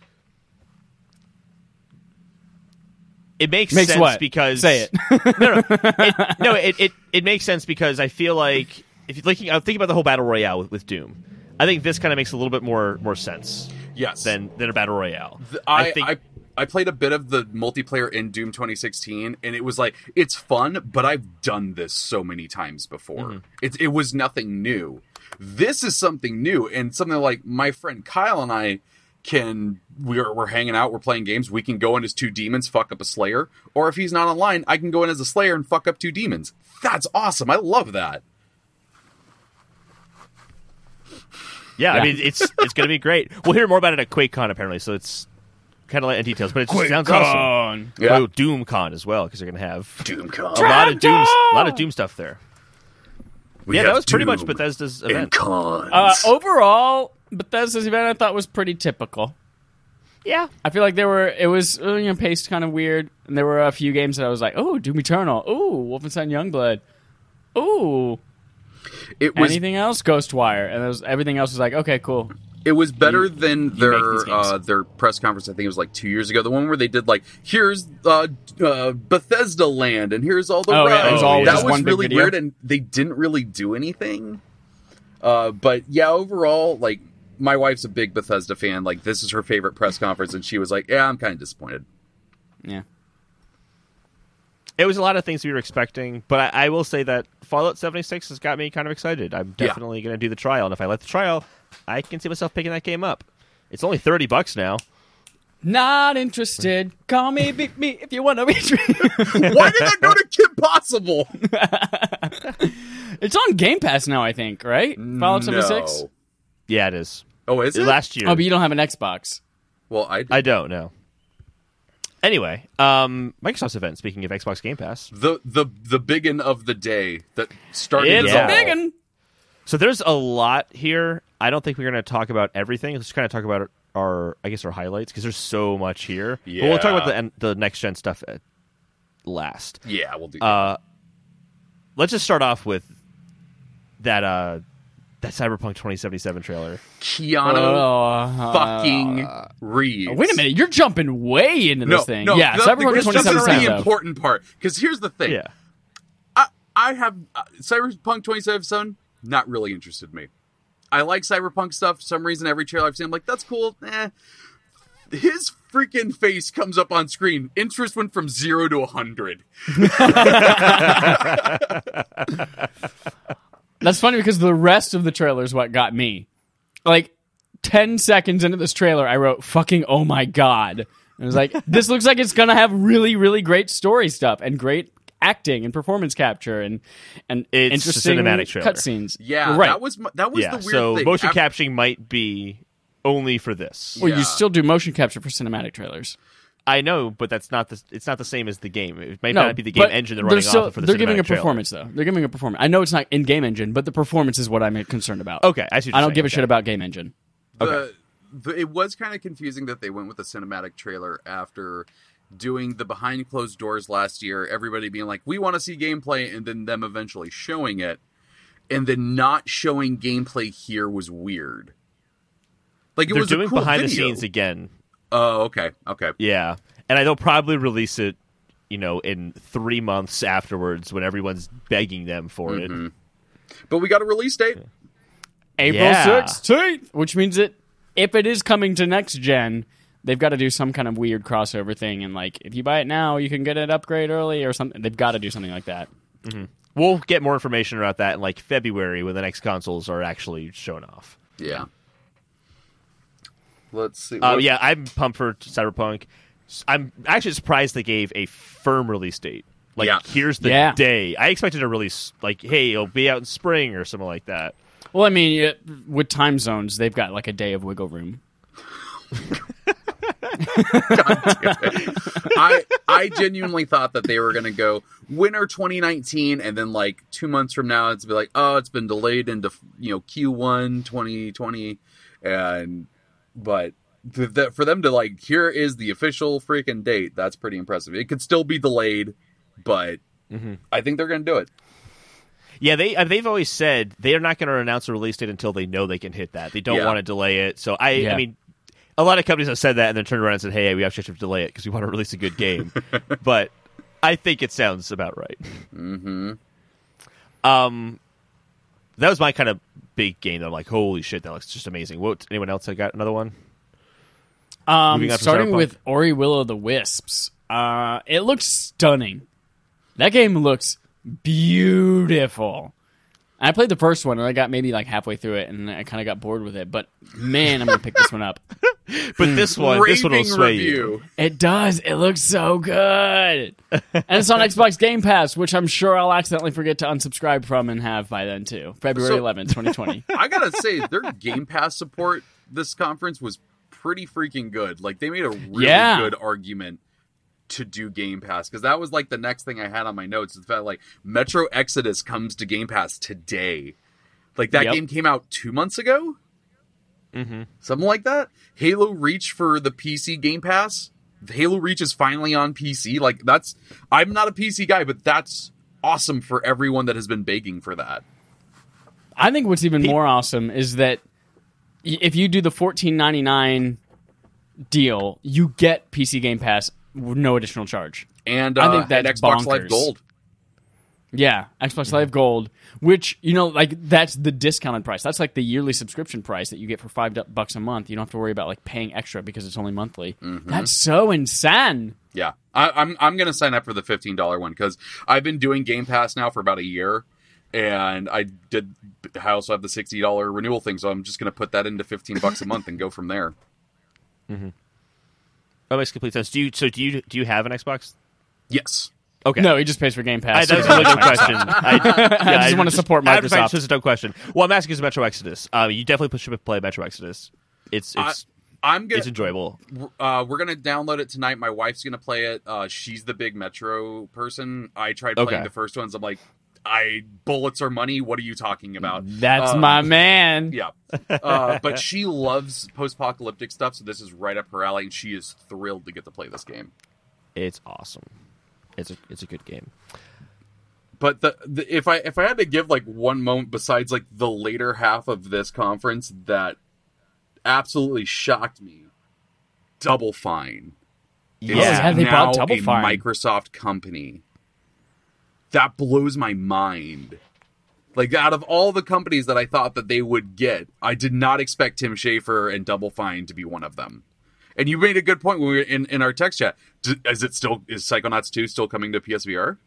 Speaker 1: it makes,
Speaker 2: Makes
Speaker 1: sense
Speaker 2: what?
Speaker 1: because
Speaker 2: Say it.
Speaker 1: no, no, it, no it, it it makes sense because I feel like if you're looking, I'm thinking about the whole battle royale with, with Doom. I think this kind of makes a little bit more more sense
Speaker 3: Yes,
Speaker 1: than than a battle royale.
Speaker 3: Th- I, I,
Speaker 1: think
Speaker 3: I played a bit of the multiplayer in Doom 2016, and it was like it's fun, but I've done this so many times before.
Speaker 1: Mm-hmm.
Speaker 3: It it was nothing new. This is something new, and something like my friend Kyle and I can we're we're hanging out, we're playing games. We can go in as two demons, fuck up a Slayer, or if he's not online, I can go in as a Slayer and fuck up two demons. That's awesome. I love that.
Speaker 1: yeah, I
Speaker 2: Yeah.
Speaker 1: mean it's it's going to be great. We'll hear more about it at QuakeCon apparently, so it's kind of like in details, but it just sounds awesome.
Speaker 3: Yeah.
Speaker 1: Oh, DoomCon as well because they're going to have
Speaker 3: Doom
Speaker 1: a
Speaker 3: come.
Speaker 1: lot of doom,
Speaker 2: Trapjaw!
Speaker 1: a lot of doom stuff there.
Speaker 3: We
Speaker 1: yeah,
Speaker 3: have
Speaker 1: that was pretty
Speaker 3: Doom
Speaker 1: much Bethesda's
Speaker 3: and
Speaker 1: event.
Speaker 3: cons.
Speaker 2: Uh, overall, Bethesda's event I thought was pretty typical.
Speaker 1: Yeah,
Speaker 2: I feel like there were it was uh, you know paced kind of weird, and there were a few games that I was like, oh, Doom Eternal, ooh, Wolfenstein Youngblood, ooh,
Speaker 3: it was
Speaker 2: anything else? Ghostwire, and it was, everything else was like, okay, cool.
Speaker 3: It was better than
Speaker 2: these
Speaker 3: their
Speaker 2: games.
Speaker 3: uh, their press conference. I think it was like two years ago. The one where they did like, here's uh, uh, Bethesda Land, and here's all the
Speaker 2: Oh,
Speaker 3: rides.
Speaker 2: yeah,
Speaker 1: it was all
Speaker 3: that
Speaker 1: just
Speaker 3: was
Speaker 2: one big
Speaker 3: really
Speaker 2: video.
Speaker 3: weird, and they didn't really do anything. Uh, but yeah, overall, like my wife's a big Bethesda fan. Like this is her favorite press conference, and she was like, "Yeah, I'm kind of disappointed."
Speaker 2: Yeah,
Speaker 1: it was a lot of things we were expecting, but I, I will say that Fallout 76 has got me kind of excited. I'm
Speaker 3: Yeah.
Speaker 1: definitely going to do the trial, and if I like the trial, I can see myself picking that game up. It's only thirty bucks now.
Speaker 2: not interested. Call me, beat me if you want to reach me.
Speaker 3: Why did I go to Kim Possible?
Speaker 2: It's on Game Pass now, I think, right? Fallout 76?
Speaker 3: No.
Speaker 1: Yeah, it is.
Speaker 3: Oh, is it?
Speaker 1: Last year,
Speaker 2: Oh, but you don't have an Xbox.
Speaker 3: well, I,
Speaker 1: I don't know. Anyway, um, Microsoft's event. Speaking of Xbox Game Pass,
Speaker 3: the the the biggin of the day that started.
Speaker 1: It's
Speaker 3: it
Speaker 2: It's
Speaker 1: Yeah.
Speaker 2: a
Speaker 3: all.
Speaker 2: big one.
Speaker 1: so there's a lot here. I don't think we're going to talk about everything. Let's kind of talk about our, I guess, our highlights because there's so much here. But we'll talk about
Speaker 3: Yeah.
Speaker 1: the the next gen stuff at, last.
Speaker 3: Yeah, we'll do. that.
Speaker 1: Uh, let's just start off with that uh, that Cyberpunk 2077 trailer.
Speaker 3: Keanu fucking Reeves.
Speaker 2: Uh, Oh, Wait a minute, you're jumping way into this
Speaker 3: No,
Speaker 2: thing.
Speaker 3: no,
Speaker 2: yeah,
Speaker 3: the-
Speaker 2: Cyberpunk
Speaker 3: because this is
Speaker 2: 2077.
Speaker 3: the
Speaker 2: though.
Speaker 3: important part. Because here's the thing.
Speaker 1: Yeah,
Speaker 3: I, I have uh, Cyberpunk 2077 not really interested me. I like Cyberpunk stuff. For some reason, every trailer I've seen, I'm like, that's cool. Eh. His freaking face comes up on screen. Interest went from zero to 100.
Speaker 2: That's funny because the rest of the trailer is what got me. Like 10 seconds into this trailer, I wrote, fucking, oh my God. And I was like, this looks like it's going to have really, really great story stuff and great acting and performance capture and, and
Speaker 1: It's a
Speaker 2: interesting
Speaker 1: cinematic trailer.
Speaker 2: cutscenes.
Speaker 3: Yeah,
Speaker 2: You're right.
Speaker 3: that was my, that was
Speaker 1: yeah.
Speaker 3: the weird
Speaker 1: So
Speaker 3: thing.
Speaker 1: motion
Speaker 3: Af-
Speaker 1: capturing might be only for this.
Speaker 2: well,
Speaker 3: yeah.
Speaker 2: you still do motion capture for cinematic trailers.
Speaker 1: I know, but that's not the it's not the same as the game. It might
Speaker 2: No,
Speaker 1: not be the game
Speaker 2: but
Speaker 1: engine they're
Speaker 2: they're
Speaker 1: running
Speaker 2: still,
Speaker 1: off of for the
Speaker 2: They're giving
Speaker 1: cinematic
Speaker 2: a
Speaker 1: trailer.
Speaker 2: performance though. They're giving a performance. I know it's not in game engine, but the performance is what I'm concerned about.
Speaker 1: Okay, I see. What
Speaker 2: I
Speaker 1: you're
Speaker 2: don't give a
Speaker 1: saying.
Speaker 2: shit about game engine.
Speaker 3: the, the, it was kind of confusing that they went with the cinematic trailer after doing the behind closed doors last year everybody being like we want to see gameplay and then them eventually showing it and then not showing gameplay here was weird like it
Speaker 1: They're
Speaker 3: was
Speaker 1: doing
Speaker 3: a cool
Speaker 1: behind
Speaker 3: video.
Speaker 1: the scenes again.
Speaker 3: oh okay okay
Speaker 1: Yeah, and I- they'll probably release it, you know, in three months afterwards when everyone's begging them for
Speaker 3: Mm-hmm.
Speaker 1: it.
Speaker 3: but we got a release date
Speaker 2: April
Speaker 1: Yeah.
Speaker 2: 16th, which means that if it is coming to next gen, they've got to do some kind of weird crossover thing. And like, if you buy it now, you can get an upgrade early or something. They've got to do something like that.
Speaker 1: We'll get more information about that in like February when the next consoles are actually shown off.
Speaker 3: yeah let's see
Speaker 1: Uh,
Speaker 3: What-
Speaker 1: yeah, I'm pumped for Cyberpunk. S- I'm actually surprised they gave a firm release date. Like,
Speaker 3: Yeah.
Speaker 1: here's the
Speaker 2: Yeah.
Speaker 1: day. I expected a release, like, hey, it'll be out in spring or something like that.
Speaker 2: Well, I mean, it, with time zones, they've got like a day of wiggle room.
Speaker 3: I I genuinely thought that they were gonna go winter 2019, and then like two months from now, it's be like, oh, it's been delayed into you know Q1 2020, and but th- th- for them to like, here is the official freaking date. That's pretty impressive. It could still be delayed, but
Speaker 1: Mm-hmm.
Speaker 3: I think they're gonna do it.
Speaker 1: Yeah, they uh, they've always said they're not going to announce a release date until they know they can hit that. They don't
Speaker 3: Yeah.
Speaker 1: want to delay it. So I,
Speaker 2: Yeah.
Speaker 1: I mean, a lot of companies have said that and then turned around and said, "Hey, we actually have to delay it because we want to release a good game." but I think it sounds about right. Mm-hmm. Um, that was my kind of big game. That I'm like, holy shit, that looks just amazing. What? Anyone else? I got another one.
Speaker 2: Um,
Speaker 1: Moving on from
Speaker 2: starting
Speaker 1: Cyberpunk.
Speaker 2: with Ori Will of the Wisps, uh, it looks stunning. That game looks beautiful. I played the first one and I got maybe like halfway through it and I kind of got bored with it. But man, I'm gonna pick this one up.
Speaker 1: But this one, this one will
Speaker 3: Raving
Speaker 1: sway you.
Speaker 3: review.
Speaker 2: It does. It looks so good. and it's on Xbox Game Pass, which I'm sure I'll accidentally forget to unsubscribe from and have by then too. February
Speaker 3: So-
Speaker 2: 11th, 2020.
Speaker 3: I gotta say, their Game Pass support this conference was pretty freaking good. Like they made a really
Speaker 2: Yeah.
Speaker 3: good argument to do Game Pass because that was like the next thing I had on my notes. Is the fact like Metro Exodus comes to Game Pass today. Like that
Speaker 2: Yep. Mm-hmm.
Speaker 3: game came out two months ago, something like that. Halo Reach for the PC Game Pass. Halo Reach is finally on PC. Like that's I'm not a PC guy, but that's awesome for everyone that has been begging for that.
Speaker 2: I think what's even more awesome is that y- if you do the 14.99 deal, you get PC Game Pass with no additional charge.
Speaker 3: And uh,
Speaker 2: I think
Speaker 3: and
Speaker 2: that's
Speaker 3: Xbox Live
Speaker 2: bonkers.
Speaker 3: Gold.
Speaker 2: Yeah, Xbox Live Gold, which you know, like that's the discounted price. That's like the yearly subscription price that you get for five du- bucks a month. You don't have to worry about like paying extra because it's only monthly. That's so insane.
Speaker 3: Yeah, I, I'm I'm gonna sign up for the fifteen dollar one because I've been doing Game Pass now for about a year, and I did. I also have the sixty dollar renewal thing, so I'm just gonna put that into fifteen bucks a month and go from there.
Speaker 1: That makes complete sense. Do you? So do you? Do you have an Xbox?
Speaker 3: Yes,
Speaker 1: Okay.
Speaker 2: No, he just pays for Game Pass.
Speaker 1: I, that was a really dumb question. I, yeah,
Speaker 2: just wanna support
Speaker 1: I advertised
Speaker 2: Microsoft.
Speaker 1: This is a dumb question. Well, I'm asking is Metro Exodus. Um, you definitely should play Metro Exodus. It's
Speaker 3: I,
Speaker 1: it's
Speaker 3: I'm gonna.
Speaker 1: it's enjoyable.
Speaker 3: uh, we're gonna download it tonight. My wife's gonna play it. Uh, she's the big Metro person. I tried playing
Speaker 1: Okay.
Speaker 3: the first ones. I'm like, I bullets are money. What are you talking about?
Speaker 2: That's
Speaker 3: Um,
Speaker 2: my man.
Speaker 3: Yeah. Uh, but she loves post apocalyptic stuff, so this is right up her alley, and she is thrilled to get to play this game.
Speaker 1: It's awesome.
Speaker 4: It's a it's a good game.
Speaker 3: But the, the if I if I had to give like one moment besides like the later half of this conference that absolutely shocked me, Double Fine. is
Speaker 2: yeah, they
Speaker 3: now
Speaker 2: bought Double
Speaker 3: a
Speaker 2: Fine.
Speaker 3: Microsoft company. That blows my mind. Like out of all the companies that I thought that they would get, I did not expect Tim Schafer and Double Fine to be one of them. And you made a good point when we were in, in our text chat. D- Is it still is Psychonauts two still coming to PSVR?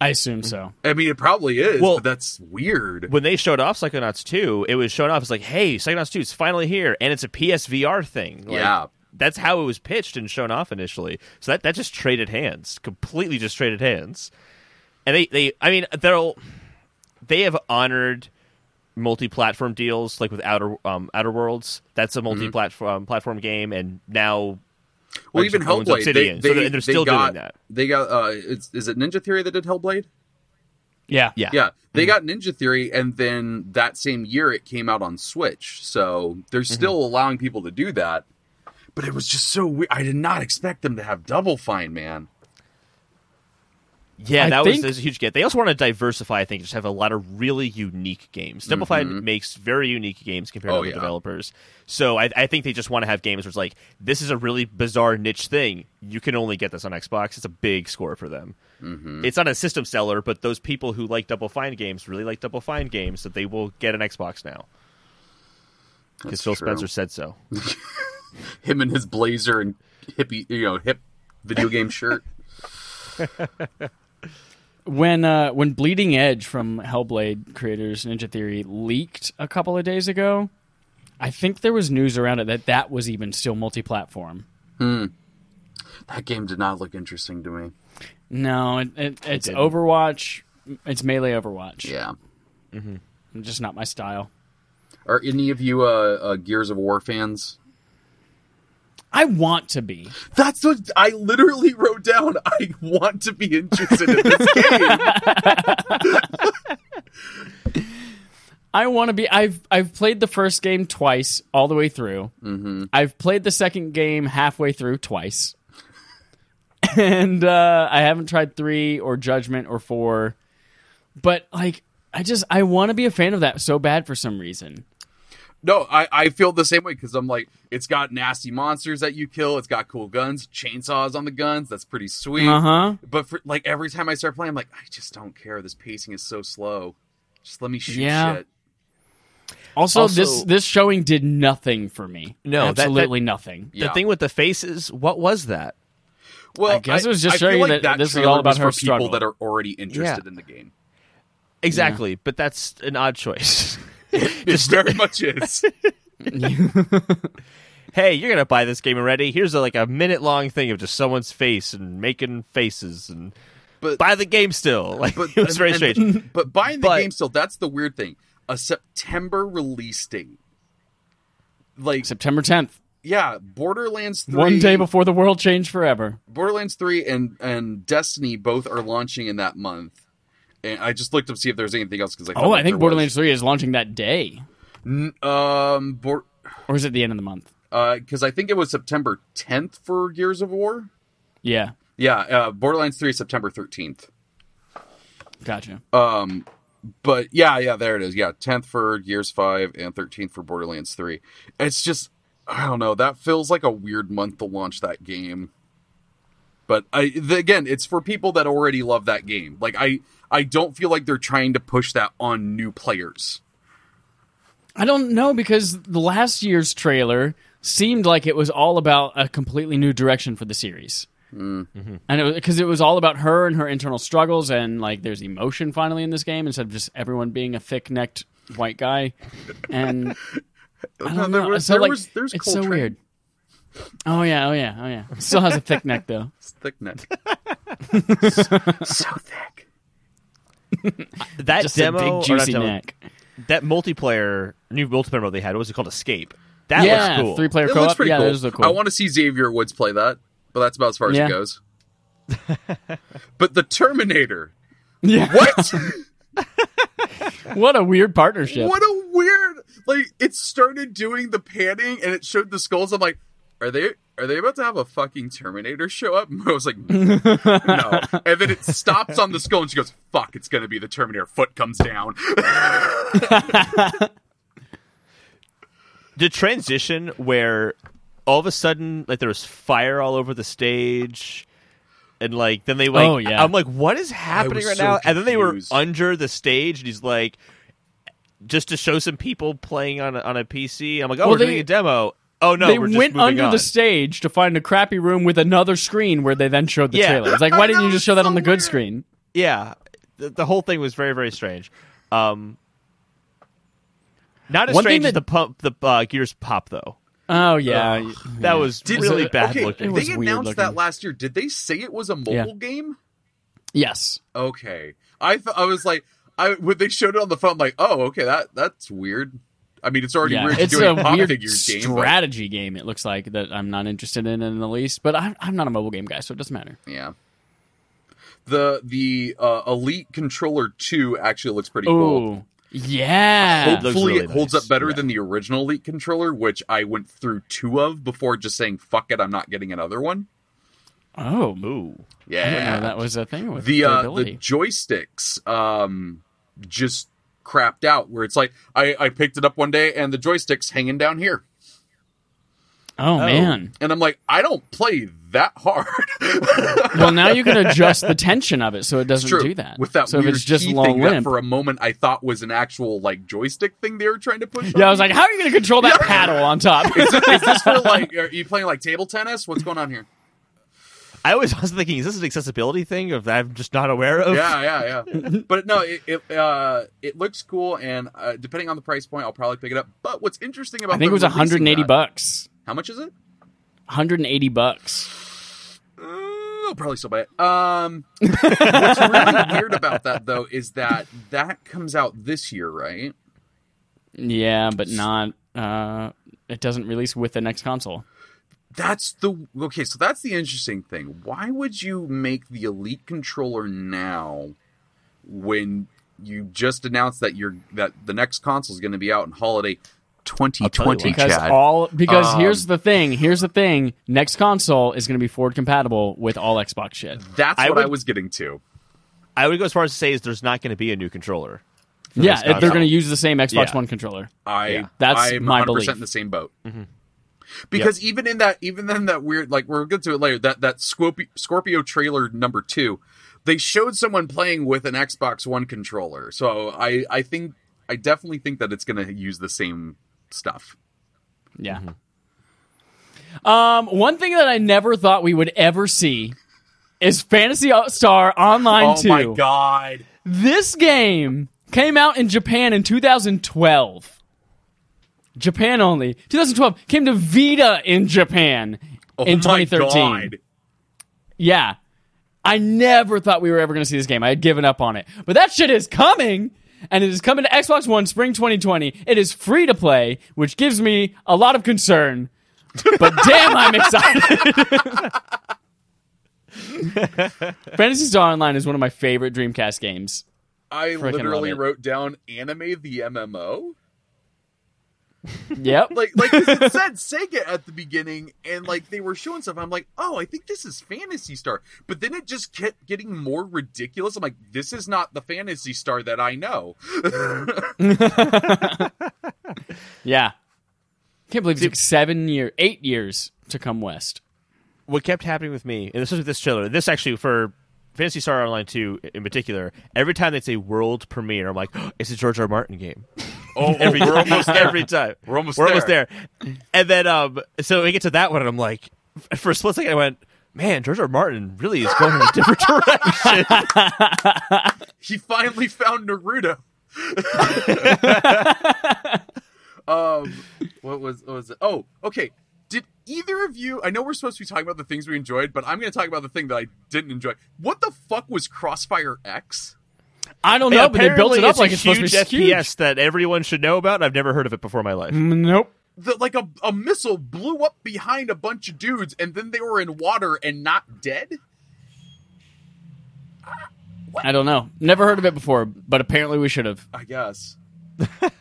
Speaker 2: I assume so.
Speaker 3: I mean, it probably is.
Speaker 1: Well-
Speaker 3: but that's weird.
Speaker 1: When they showed off Psychonauts 2, it was shown off as like, hey, Psychonauts 2 is finally here, and it's a PSVR thing. Like,
Speaker 3: Yeah.
Speaker 1: That's how it was pitched and shown off initially. So that, that just traded hands, completely just traded hands. And they, they I mean, they'll, they have honored multi-platform deals like with Outer um, Outer Worlds. That's a multi-platform um, platform game, and now
Speaker 3: well, even
Speaker 1: Microsoft owns
Speaker 3: Hellblade, they,
Speaker 1: Obsidian,
Speaker 3: they,
Speaker 1: so they're- they're
Speaker 3: they
Speaker 1: still doing
Speaker 3: got,
Speaker 1: that.
Speaker 3: They got uh, it's, is it Ninja Theory that did Hellblade?
Speaker 2: Yeah.
Speaker 1: yeah,
Speaker 3: Yeah, they got Ninja Theory, and then that same year it came out on Switch. So they're still allowing people to do that. But it was just so weird. I did not expect them to have Double Fine, man.
Speaker 1: Yeah,
Speaker 2: I
Speaker 1: that was
Speaker 2: think-
Speaker 1: that was a huge get. They also want to diversify. I think just have a lot of really unique games. Simplify makes very unique games compared
Speaker 3: Mm-hmm. Oh,
Speaker 1: to other
Speaker 3: yeah.
Speaker 1: developers. So I, I think they just want to have games where it's like this is a really bizarre niche thing. You can only get this on Xbox. It's a big score for them.
Speaker 3: Mm-hmm.
Speaker 1: It's not a system seller, but those people who like Double Fine games really like Double Fine games, so they will get an Xbox now because
Speaker 3: That's
Speaker 1: Phil
Speaker 3: true.
Speaker 1: Spencer said so.
Speaker 3: him and his blazer and hippie, you know, hip video game shirt.
Speaker 2: When uh, when Bleeding Edge from Hellblade creators Ninja Theory leaked a couple of days ago, I think there was news around it that that was even still multi-platform.
Speaker 3: That game did not look interesting to me.
Speaker 2: No, it, it, it's
Speaker 1: didn't.
Speaker 2: Overwatch. It's melee Overwatch.
Speaker 3: Yeah.
Speaker 2: just not my style.
Speaker 3: Are any of you uh, uh Gears of War fans?
Speaker 2: I want to be.
Speaker 3: That's what I literally wrote down. I want to be interested in this game.
Speaker 2: I want to be. I've I've played the first game twice, all the way through. Mm-hmm. I've played the second game halfway through twice, and uh, I haven't tried three or Judgment or four. But like, I just I want to be a fan of that so bad for some reason.
Speaker 3: No, I, I feel the same way because I'm like, it's got nasty monsters that you kill. It's got cool guns, chainsaws on the guns. That's pretty sweet.
Speaker 2: Uh huh.
Speaker 3: But for, like every time I start playing, I'm like, I just don't care. This pacing is so slow. Just let me shoot
Speaker 2: Yeah.
Speaker 3: shit.
Speaker 2: Also,
Speaker 1: Also-
Speaker 2: this this showing did nothing for me.
Speaker 1: No, that- that-
Speaker 2: absolutely nothing.
Speaker 3: Yeah.
Speaker 1: The thing with the faces, what was that?
Speaker 3: Well,
Speaker 2: I guess it was just
Speaker 3: I feel
Speaker 2: showing you
Speaker 3: like
Speaker 2: that this is
Speaker 3: trailer
Speaker 2: all about
Speaker 3: was
Speaker 2: her
Speaker 3: for
Speaker 2: struggle.
Speaker 3: people that are already interested in the game.
Speaker 1: Exactly, but that's an odd choice.
Speaker 3: It very much is.
Speaker 1: hey, you're gonna buy this game already. Here's a, like a minute long thing of just someone's face and making faces and
Speaker 3: But-
Speaker 1: buy the game still. Like
Speaker 3: But
Speaker 1: it was very
Speaker 3: and-
Speaker 1: strange.
Speaker 3: and- But buying the
Speaker 1: But-
Speaker 3: game still, that's the weird thing. A September release date. Like
Speaker 2: September tenth,
Speaker 3: yeah, Borderlands 3
Speaker 2: one day before the world changed forever.
Speaker 3: Borderlands 3 and and Destiny both are launching in that month. And I just looked up to see if there's anything else because I felt
Speaker 2: Oh,
Speaker 3: like
Speaker 2: I think
Speaker 3: there
Speaker 2: Borderlands Three is launching that day,
Speaker 3: was. N- um Bor-
Speaker 2: or is it the end of the month?
Speaker 3: because I think it was September 10th for Gears of War.
Speaker 2: Yeah,
Speaker 3: Yeah, uh, Borderlands 3 September 13th.
Speaker 2: gotcha.
Speaker 3: Um, but yeah, yeah, there it is. Yeah, 10th for Gears 5 and 13th for Borderlands 3. It's just I don't know. That feels like a weird month to launch that game. But I the, again, it's for people that already love that game. Like I I don't feel like they're trying to push that on new players.
Speaker 2: I don't know because the last year's trailer seemed like it was all about a completely new direction for the series.
Speaker 3: Hmm.
Speaker 1: Mm-hmm.
Speaker 2: And it was because it was all about her and her internal struggles, and like there's emotion finally in this game instead of just everyone being a thick necked white guy. And I don't
Speaker 3: there
Speaker 2: know.
Speaker 3: was-
Speaker 2: so,
Speaker 3: there
Speaker 2: like,
Speaker 3: was- there's
Speaker 2: it's so
Speaker 3: Coltrane.
Speaker 2: weird. Oh yeah, oh yeah, oh yeah. Still has a thick neck though.
Speaker 3: It's thick neck. so thick.
Speaker 1: that
Speaker 2: Just
Speaker 1: demo,
Speaker 2: a
Speaker 1: or
Speaker 2: big
Speaker 1: not
Speaker 2: juicy
Speaker 1: demo,
Speaker 2: neck.
Speaker 1: that multiplayer, new multiplayer mode they had, what was it called? Escape. That
Speaker 2: yeah,
Speaker 1: looks cool.
Speaker 2: three player
Speaker 3: It
Speaker 2: co
Speaker 3: looks
Speaker 2: op.
Speaker 3: pretty
Speaker 2: Yeah,
Speaker 3: cool.
Speaker 2: those look cool.
Speaker 3: I want to see Xavier Woods play that, but that's about as far as
Speaker 2: Yeah.
Speaker 3: it goes. but the Terminator.
Speaker 2: yeah.
Speaker 3: What?
Speaker 2: what a weird partnership.
Speaker 3: What a weird like it started doing the panning and it showed the skulls. I'm like, are they are they about to have a fucking Terminator show up? And I was like, no. And then it stops on the skull, and she goes, fuck, it's gonna be the Terminator. Foot comes down.
Speaker 1: the transition where all of a sudden like there was fire all over the stage and like then they like
Speaker 2: Oh, yeah.
Speaker 1: I'm like what is happening
Speaker 3: was
Speaker 1: right
Speaker 3: so
Speaker 1: now and then they were
Speaker 3: confused.
Speaker 1: under the stage and he's like just to show some people playing on a, on a PC I'm like oh
Speaker 2: Well,
Speaker 1: we're
Speaker 2: they-
Speaker 1: doing a demo oh no
Speaker 2: they
Speaker 1: we're just
Speaker 2: went
Speaker 1: moving
Speaker 2: under
Speaker 1: on.
Speaker 2: the stage to find a crappy room with another screen where they then showed the
Speaker 1: Yeah.
Speaker 2: trailer. It's like,
Speaker 3: I
Speaker 2: why didn't
Speaker 3: know,
Speaker 2: you just show
Speaker 3: it's
Speaker 2: that
Speaker 3: so
Speaker 2: on the good
Speaker 3: weird.
Speaker 2: screen?
Speaker 1: yeah the, the whole thing was very very strange um not as
Speaker 2: One thing
Speaker 1: strange as
Speaker 2: that-
Speaker 1: the pump the uh, gears pop though
Speaker 2: Oh yeah,
Speaker 1: that was
Speaker 3: Did-
Speaker 1: really
Speaker 2: it-
Speaker 1: bad
Speaker 3: okay,
Speaker 1: looking
Speaker 2: It was
Speaker 3: They
Speaker 2: weird
Speaker 3: announced
Speaker 2: looking.
Speaker 3: that last year. Did they say it was a mobile
Speaker 2: Yeah.
Speaker 3: game?
Speaker 2: yes.
Speaker 3: Okay. I th- I was like, I when they showed it on the phone, I'm like, oh, okay, that that's weird. I mean, it's already
Speaker 2: Yeah,
Speaker 3: weird to
Speaker 2: it's
Speaker 3: do
Speaker 2: a
Speaker 3: a pop
Speaker 2: weird
Speaker 3: figures game. but-
Speaker 2: strategy game. It looks like that I'm not interested in in the least, but I'm, I'm not a mobile game guy, so it doesn't matter.
Speaker 3: Yeah. The the uh, Elite Controller 2 actually looks pretty cool.
Speaker 2: Ooh, yeah,
Speaker 1: It looks
Speaker 3: Hopefully
Speaker 1: really
Speaker 3: it holds
Speaker 1: nice.
Speaker 3: up better
Speaker 1: Yeah.
Speaker 3: than the original Elite Controller, which I went through two of before just saying fuck it, I'm not getting another one.
Speaker 1: ooh
Speaker 2: oh, I didn't know
Speaker 3: Yeah.
Speaker 2: that was a thing with
Speaker 3: The uh, the
Speaker 2: durability.
Speaker 3: joysticks um just crapped out where it's like I, I picked it up one day and the joystick's hanging down here.
Speaker 2: oh man,
Speaker 3: And I'm like, I don't play that hard.
Speaker 2: well now you can adjust the tension of it so it doesn't
Speaker 3: True.
Speaker 2: do that.
Speaker 3: With that
Speaker 2: so
Speaker 3: weird
Speaker 2: if it's just
Speaker 3: key
Speaker 2: long
Speaker 3: thing that
Speaker 2: limp,
Speaker 3: for a moment I thought was an actual like joystick thing they were trying to push.
Speaker 2: yeah,
Speaker 3: on
Speaker 2: I was
Speaker 3: me.
Speaker 2: like, how are you going to control that paddle on top?
Speaker 3: is this for like are you playing like table tennis? What's going on here?
Speaker 1: I was also thinking, is this an accessibility thing of that I'm just not aware
Speaker 2: Oh.
Speaker 1: of?
Speaker 3: Yeah, yeah, yeah. But no, it it, uh, it looks cool, and uh, depending on the price point, I'll probably pick it up. But what's interesting about
Speaker 2: I think it
Speaker 3: them
Speaker 2: was
Speaker 3: releasing
Speaker 2: 180
Speaker 3: that-
Speaker 2: bucks.
Speaker 3: How much is it?
Speaker 2: 180 bucks.
Speaker 3: Uh, I'll probably still buy it. Um, what's really weird about that though is that that comes out this year, right?
Speaker 2: Yeah, but not. Uh, it doesn't release with the next console.
Speaker 3: That's the okay. So that's the interesting thing. Why would you make the elite controller now when you just announced that you're that the next console is going to be out in holiday 2020?
Speaker 2: because
Speaker 3: Chad,
Speaker 2: all because
Speaker 3: Um,
Speaker 2: here's the thing here's the thing next console is going to be forward compatible with all xbox shit
Speaker 3: that's
Speaker 1: I
Speaker 3: what I
Speaker 1: would-
Speaker 3: was getting to.
Speaker 1: I would go as far as to say is there's not going to be a new controller.
Speaker 2: yeah
Speaker 1: console.
Speaker 2: they're going to use the same xbox
Speaker 1: Yeah.
Speaker 2: one controller
Speaker 3: I
Speaker 1: Yeah,
Speaker 2: that's
Speaker 3: I'm
Speaker 2: my
Speaker 3: 100%
Speaker 2: belief. Mm-hmm.
Speaker 3: in the same boat. Because even in that, even then that weird, like we're good to it later. That that Scorpio, Scorpio trailer number two, they showed someone playing with an Xbox One controller. So I I think I definitely think that it's going to use the same stuff.
Speaker 2: yeah
Speaker 3: Mm-hmm.
Speaker 2: um one thing that i never thought we would ever see is fantasy star online 2
Speaker 3: Oh god!
Speaker 2: this game came out in japan in 2012 japan only 2012 came to vita in japan
Speaker 3: Oh
Speaker 2: in
Speaker 3: my
Speaker 2: 2013
Speaker 3: god!
Speaker 2: Yeah. I never thought we were ever going to see this game. I had given up on it. But that shit is coming, and it is coming to Xbox One spring 2020. It is free to play, which gives me a lot of concern. But damn, I'm excited. Fantasy Star Online is one of my favorite Dreamcast games.
Speaker 3: I
Speaker 2: love
Speaker 3: literally
Speaker 2: it.
Speaker 3: wrote down anime the MMO.
Speaker 2: Yep.
Speaker 3: Like like 'cause it said Sega at the beginning, and like they were showing stuff. I'm like, oh, I think this is Fantasy Star. But then it just kept getting more ridiculous. I'm like, this is not the Fantasy Star that I know.
Speaker 2: yeah. Can't believe it took seven year, eight years to come west.
Speaker 1: What kept happening with me, and this was with this trailer, this actually for Fantasy Star Online 2 in particular, every time they'd say world premiere, I'm like, it's a George R. R. Martin game.
Speaker 3: Oh,
Speaker 1: Every time. Every time.
Speaker 3: We're almost
Speaker 1: We're almost there. And then, um, so we get to that one, and I'm like, for a split second, I went, man, George R. R. Martin really is going in a different direction.
Speaker 3: He finally found Naruto. um, what was what was it? Oh, okay. Did either of you? I know we're supposed to be talking about the things we enjoyed, but I'm going to talk about the thing that I didn't enjoy. What the fuck was Crossfire X?
Speaker 2: I don't know, but they built
Speaker 1: Apparently,
Speaker 2: it up
Speaker 1: it's
Speaker 2: like
Speaker 1: a
Speaker 2: it's
Speaker 1: huge
Speaker 2: supposed to be huge.
Speaker 1: FPS that everyone should know about. and I've never heard of it before in my life.
Speaker 2: Nope.
Speaker 3: the, like a, a missile blew up behind a bunch of dudes and then they were in water and not dead
Speaker 2: I don't know. Never heard of it before, but apparently we should have.
Speaker 3: i guess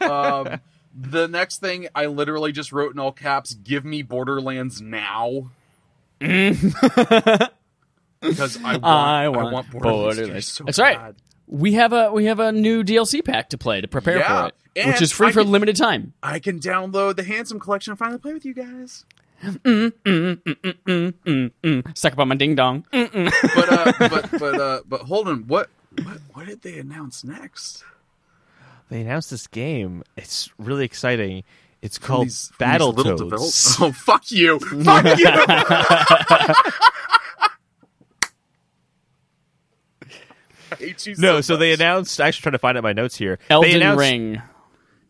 Speaker 3: um, the next thing i literally just wrote in all caps give me borderlands now because I want,
Speaker 2: I want,
Speaker 3: Borderlands,
Speaker 2: Borderlands.
Speaker 3: 3 so
Speaker 2: That's right.
Speaker 3: bad.
Speaker 2: We have a we have a new DLC pack to play to prepare
Speaker 3: Yeah,
Speaker 2: for it, which
Speaker 3: and
Speaker 2: is free
Speaker 3: I
Speaker 2: for a
Speaker 3: can-
Speaker 2: limited time.
Speaker 3: I can download the Handsome Collection and finally play with you guys.
Speaker 2: Suck about my ding dong.
Speaker 1: Mm.
Speaker 3: But uh, but but uh, but hold on. What what what did they announce next?
Speaker 1: They announced this game. It's really exciting. It's
Speaker 3: From
Speaker 1: called
Speaker 3: these- from these
Speaker 1: Battle
Speaker 3: Oh, little
Speaker 1: Battletoads.
Speaker 3: develop- Oh fuck you! Fuck you! I hate you
Speaker 1: No, so they
Speaker 3: much.
Speaker 1: announced. Actually, trying to find out my notes here. they
Speaker 2: Elden
Speaker 1: announced
Speaker 2: Ring.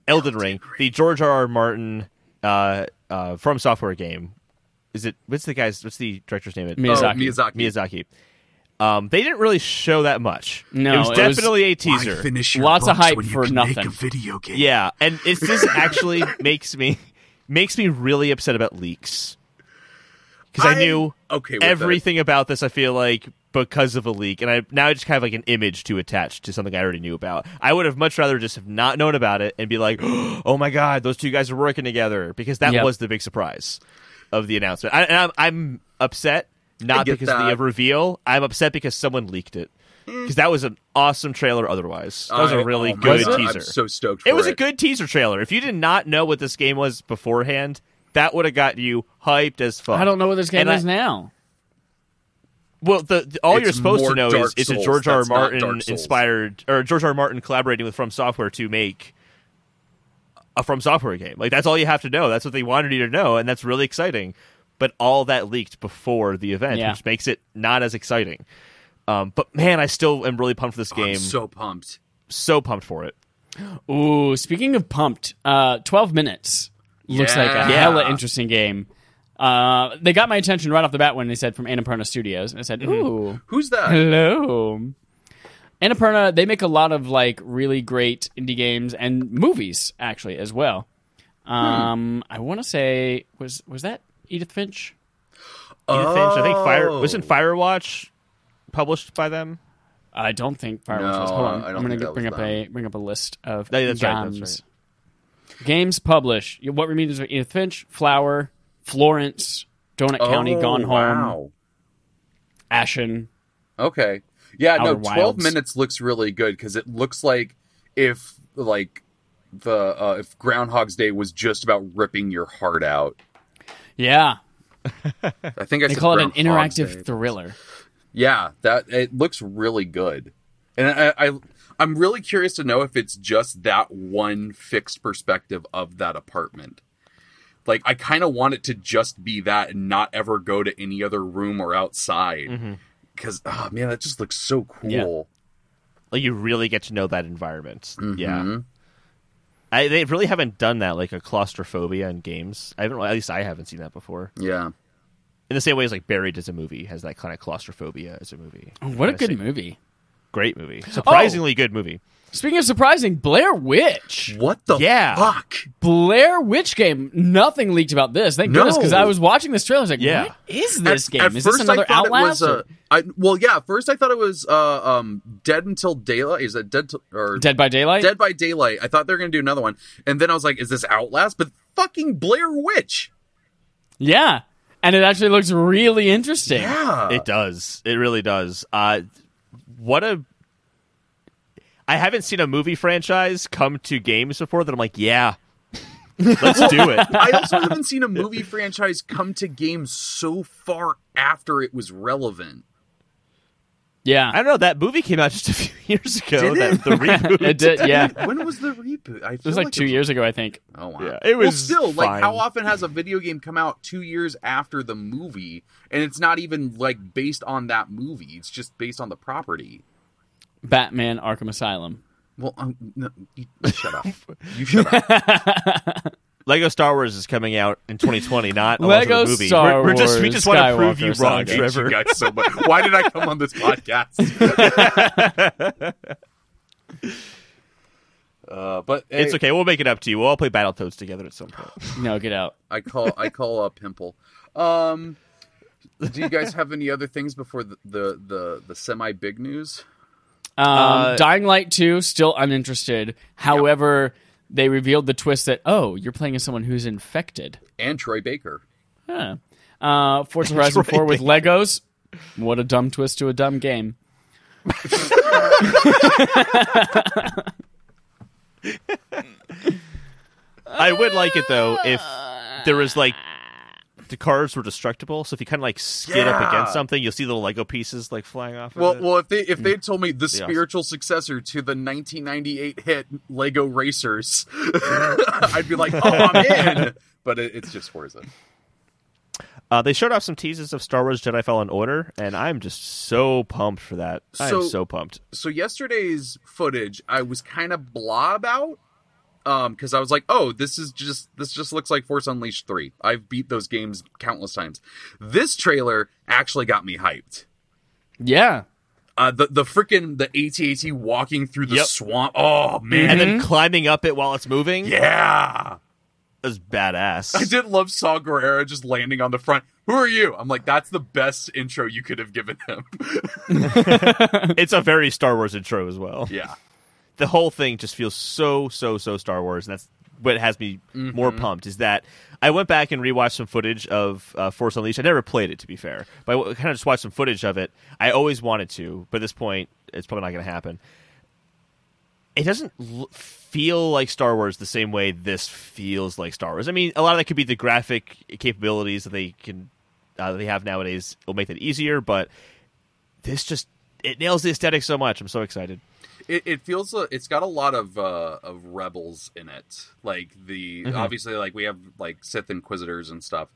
Speaker 1: Elden Ring, the George R. R. Martin uh, uh, from software game. Is it? What's the guy's? What's the director's name? At
Speaker 3: Oh,
Speaker 2: Miyazaki.
Speaker 3: Miyazaki.
Speaker 1: Miyazaki. Um, they didn't really show that much.
Speaker 2: No,
Speaker 1: it was
Speaker 2: it was-
Speaker 1: definitely a
Speaker 3: Why
Speaker 1: teaser.
Speaker 3: finish your
Speaker 2: Lots of
Speaker 3: books
Speaker 2: hype
Speaker 3: when you
Speaker 2: for
Speaker 3: can Make
Speaker 2: nothing.
Speaker 3: a video game.
Speaker 1: Yeah, and it's this actually makes me makes me really upset about leaks because I,
Speaker 3: I'm
Speaker 1: knew
Speaker 3: okay with that.
Speaker 1: everything about this. I feel like because of a leak, and I now I just have like an image to attach to something I already knew about. I would have much rather just have not known about it and be like, "Oh my god, those two guys are working together," because that
Speaker 2: Yep.
Speaker 1: was the big surprise of the announcement. I, and I'm, I'm upset not
Speaker 3: get
Speaker 1: because
Speaker 3: that.
Speaker 1: of the reveal. I'm upset because someone leaked it. Because that was an awesome trailer. Otherwise, that was
Speaker 3: I-
Speaker 1: a really
Speaker 3: oh my
Speaker 1: good
Speaker 3: God,
Speaker 1: teaser.
Speaker 3: I'm so stoked. For
Speaker 1: It was a good teaser trailer. If you did not know what this game was beforehand, that would have got you hyped as fuck.
Speaker 2: I don't know what this game
Speaker 1: And I-
Speaker 2: is now.
Speaker 1: Well, the, the- all
Speaker 3: It's
Speaker 1: you're supposed
Speaker 3: more
Speaker 1: to know
Speaker 3: Dark
Speaker 1: is it's a
Speaker 3: Souls.
Speaker 1: George R. R.
Speaker 3: That's not
Speaker 1: Martin
Speaker 3: Dark Souls.
Speaker 1: inspired or George R. R. Martin collaborating with From Software to make a From Software game. Like that's all you have to know. That's what they wanted you to know, and that's really exciting. But all that leaked before the event,
Speaker 2: Yeah.
Speaker 1: which makes it not as exciting. Um, but man, I still am really pumped for this game.
Speaker 3: I'm so pumped.
Speaker 1: so pumped for it.
Speaker 2: Ooh, speaking of pumped, uh, 12 minutes looks like a
Speaker 3: Yeah.
Speaker 2: hella interesting game. Uh, they got my attention right off the bat when they said from Annapurna Studios, and I said, "Ooh,
Speaker 3: Who's that?
Speaker 2: hello." Annapurna, they make a lot of like really great indie games and movies actually as well. Um, I want to say was was that Edith Finch?
Speaker 1: Edith Finch, I think Fire
Speaker 3: Oh.
Speaker 1: wasn't Firewatch published by them.
Speaker 2: I don't think Firewatch
Speaker 3: No,
Speaker 2: was. Hold on,
Speaker 3: I don't
Speaker 2: am gonna
Speaker 3: think that
Speaker 2: bring
Speaker 3: was
Speaker 2: up
Speaker 3: them.
Speaker 2: a bring up a list of
Speaker 1: No, that's right, that's
Speaker 2: games. Games published. What remains of Edith Finch, Flower, Florence, Donut County,
Speaker 3: Oh,
Speaker 2: Gone Home,
Speaker 3: Wow.
Speaker 2: Ashen.
Speaker 3: Okay. Yeah. no.
Speaker 2: Outer
Speaker 3: Twelve
Speaker 2: Wilds.
Speaker 3: minutes looks really good because it looks like if like the uh, if Groundhog's Day was just about ripping your heart out.
Speaker 2: Yeah,
Speaker 3: I think I
Speaker 2: they
Speaker 3: said
Speaker 2: call it an
Speaker 3: Groundhog's
Speaker 2: interactive
Speaker 3: Day.
Speaker 2: thriller.
Speaker 3: Yeah, that it looks really good, and I, I I'm really curious to know if it's just that one fixed perspective of that apartment. Like I kind of want it to just be that and not ever go to any other room or
Speaker 2: Mm-hmm.
Speaker 3: outside because oh man, that just looks so cool.
Speaker 1: Like you really get to know that environment.
Speaker 3: Mm-hmm.
Speaker 1: Yeah, I, they really haven't done that like a claustrophobia in games. I haven't. At least I haven't seen that before.
Speaker 3: Yeah.
Speaker 1: In the same way as like Buried as a movie has that kind of claustrophobia as a movie.
Speaker 2: Oh, What a
Speaker 1: Kinda
Speaker 2: good Oh.
Speaker 1: sick.
Speaker 2: movie!
Speaker 1: Great movie. Surprisingly good movie.
Speaker 2: Speaking of surprising, Blair Witch.
Speaker 3: What the
Speaker 1: Yeah.
Speaker 3: fuck?
Speaker 2: Blair Witch game. Nothing leaked about this. Thank
Speaker 3: No.
Speaker 2: goodness, because I was watching this trailer. I was like,
Speaker 1: Yeah.
Speaker 2: "What is this
Speaker 3: At-
Speaker 2: game?
Speaker 3: at
Speaker 2: is this
Speaker 3: first I
Speaker 2: another
Speaker 3: thought it
Speaker 2: Outlast?"
Speaker 3: was, uh,
Speaker 2: or
Speaker 3: I- well, yeah. at First, I thought it was uh, um, Dead Until Daylight. Is that Dead to, or
Speaker 2: Dead by Daylight.
Speaker 3: Dead by Daylight. I thought they were going to do another one. And then I was like, is this Outlast? But fucking Blair Witch.
Speaker 2: Yeah. And it actually looks really interesting.
Speaker 3: Yeah.
Speaker 1: it does. It really does. Uh, what a. I haven't seen a movie franchise come to games before that I'm like, yeah, let's do it.
Speaker 3: I also haven't seen a movie franchise come to games so far after it was relevant.
Speaker 2: Yeah.
Speaker 1: I don't know. That movie came out just a few years ago.
Speaker 3: Did
Speaker 1: That,
Speaker 3: it?
Speaker 1: the reboot.
Speaker 2: It did, yeah. It
Speaker 3: When was the reboot? I feel
Speaker 2: was like two years ago, I think.
Speaker 3: Oh wow.
Speaker 1: Yeah, it
Speaker 3: well,
Speaker 1: was
Speaker 3: still like
Speaker 1: fine.
Speaker 3: how often has a video game come out two years after the movie, and it's not even like based on that movie. It's just based on the property.
Speaker 2: Batman Arkham Asylum.
Speaker 3: Well, um, no, you, shut up. You shut up.
Speaker 1: Lego Star Wars is coming out in 2020, not a
Speaker 2: Lego
Speaker 1: Lego movie.
Speaker 2: Star
Speaker 1: we're, we're just we
Speaker 2: Wars
Speaker 1: just want to prove
Speaker 2: Skywalker
Speaker 1: you wrong,
Speaker 2: saga.
Speaker 3: I hate you
Speaker 1: Trevor.
Speaker 3: guys so much. Why did I come on this podcast? uh, but hey,
Speaker 1: It's okay. We'll make it up to you. We'll all play Battletoads together at some point.
Speaker 2: No, get out.
Speaker 3: I call I call a pimple. Um, do you guys have any other things before the the the, the semi big news?
Speaker 2: Um,
Speaker 1: Uh,
Speaker 2: Dying Light 2, still uninterested. However, they revealed the twist that, oh, you're playing as someone who's infected.
Speaker 3: And Troy Baker.
Speaker 2: Huh. Uh, Forza Horizon
Speaker 1: Droiding.
Speaker 2: 4 with Legos. What a dumb twist to a dumb game.
Speaker 1: I would like it though if there was like the cars were destructible, so if you kind of like skid up
Speaker 3: Yeah.
Speaker 1: against something, you'll see little Lego pieces like flying off.
Speaker 3: Well,
Speaker 1: of it.
Speaker 3: well, if they if they had told me the
Speaker 1: mm. Yeah.
Speaker 3: spiritual successor to the 1998 hit Lego Racers, I'd be like, oh, I'm in. But it, it's just Forza.
Speaker 1: uh, they showed off some teases of Star Wars Jedi Fallen Order, and I'm just so pumped for that.
Speaker 3: So-
Speaker 1: I'm so pumped.
Speaker 3: So yesterday's footage, I was kind of blah about, um, because I was like, oh, this is just this just looks like Force Unleashed three. I've beat those games countless times. This trailer actually got me hyped.
Speaker 2: Yeah.
Speaker 3: Uh, the the freaking the ATAT walking through the
Speaker 1: Yep. Mm.
Speaker 3: swamp. Oh man,
Speaker 1: And then climbing up it while it's moving
Speaker 3: yeah.
Speaker 1: is
Speaker 3: I
Speaker 1: badass.
Speaker 3: did love Saw Guerrero just landing on the front. Who are you? I'm like, that's the best intro you could have given him.
Speaker 1: it's a very Star Wars intro as well.
Speaker 3: yeah.
Speaker 1: the whole thing just feels so so so Star Wars, and that's what has me more pumped. Is that I went back and rewatched some footage of uh, Force Unleashed. I never played it to be fair, but I kind of just watched some footage of it. I always wanted to, but at this point, it's probably not going to happen. It doesn't l- feel like Star Wars the same way this feels like Star Wars. I mean, a lot of that could be the graphic capabilities that they can uh, they have nowadays will make that easier, but this just it nails the aesthetic so much. I'm so excited.
Speaker 3: It, it feels uh, it's got a lot of uh, of rebels in it. Like the obviously like we have like Sith Inquisitors and stuff.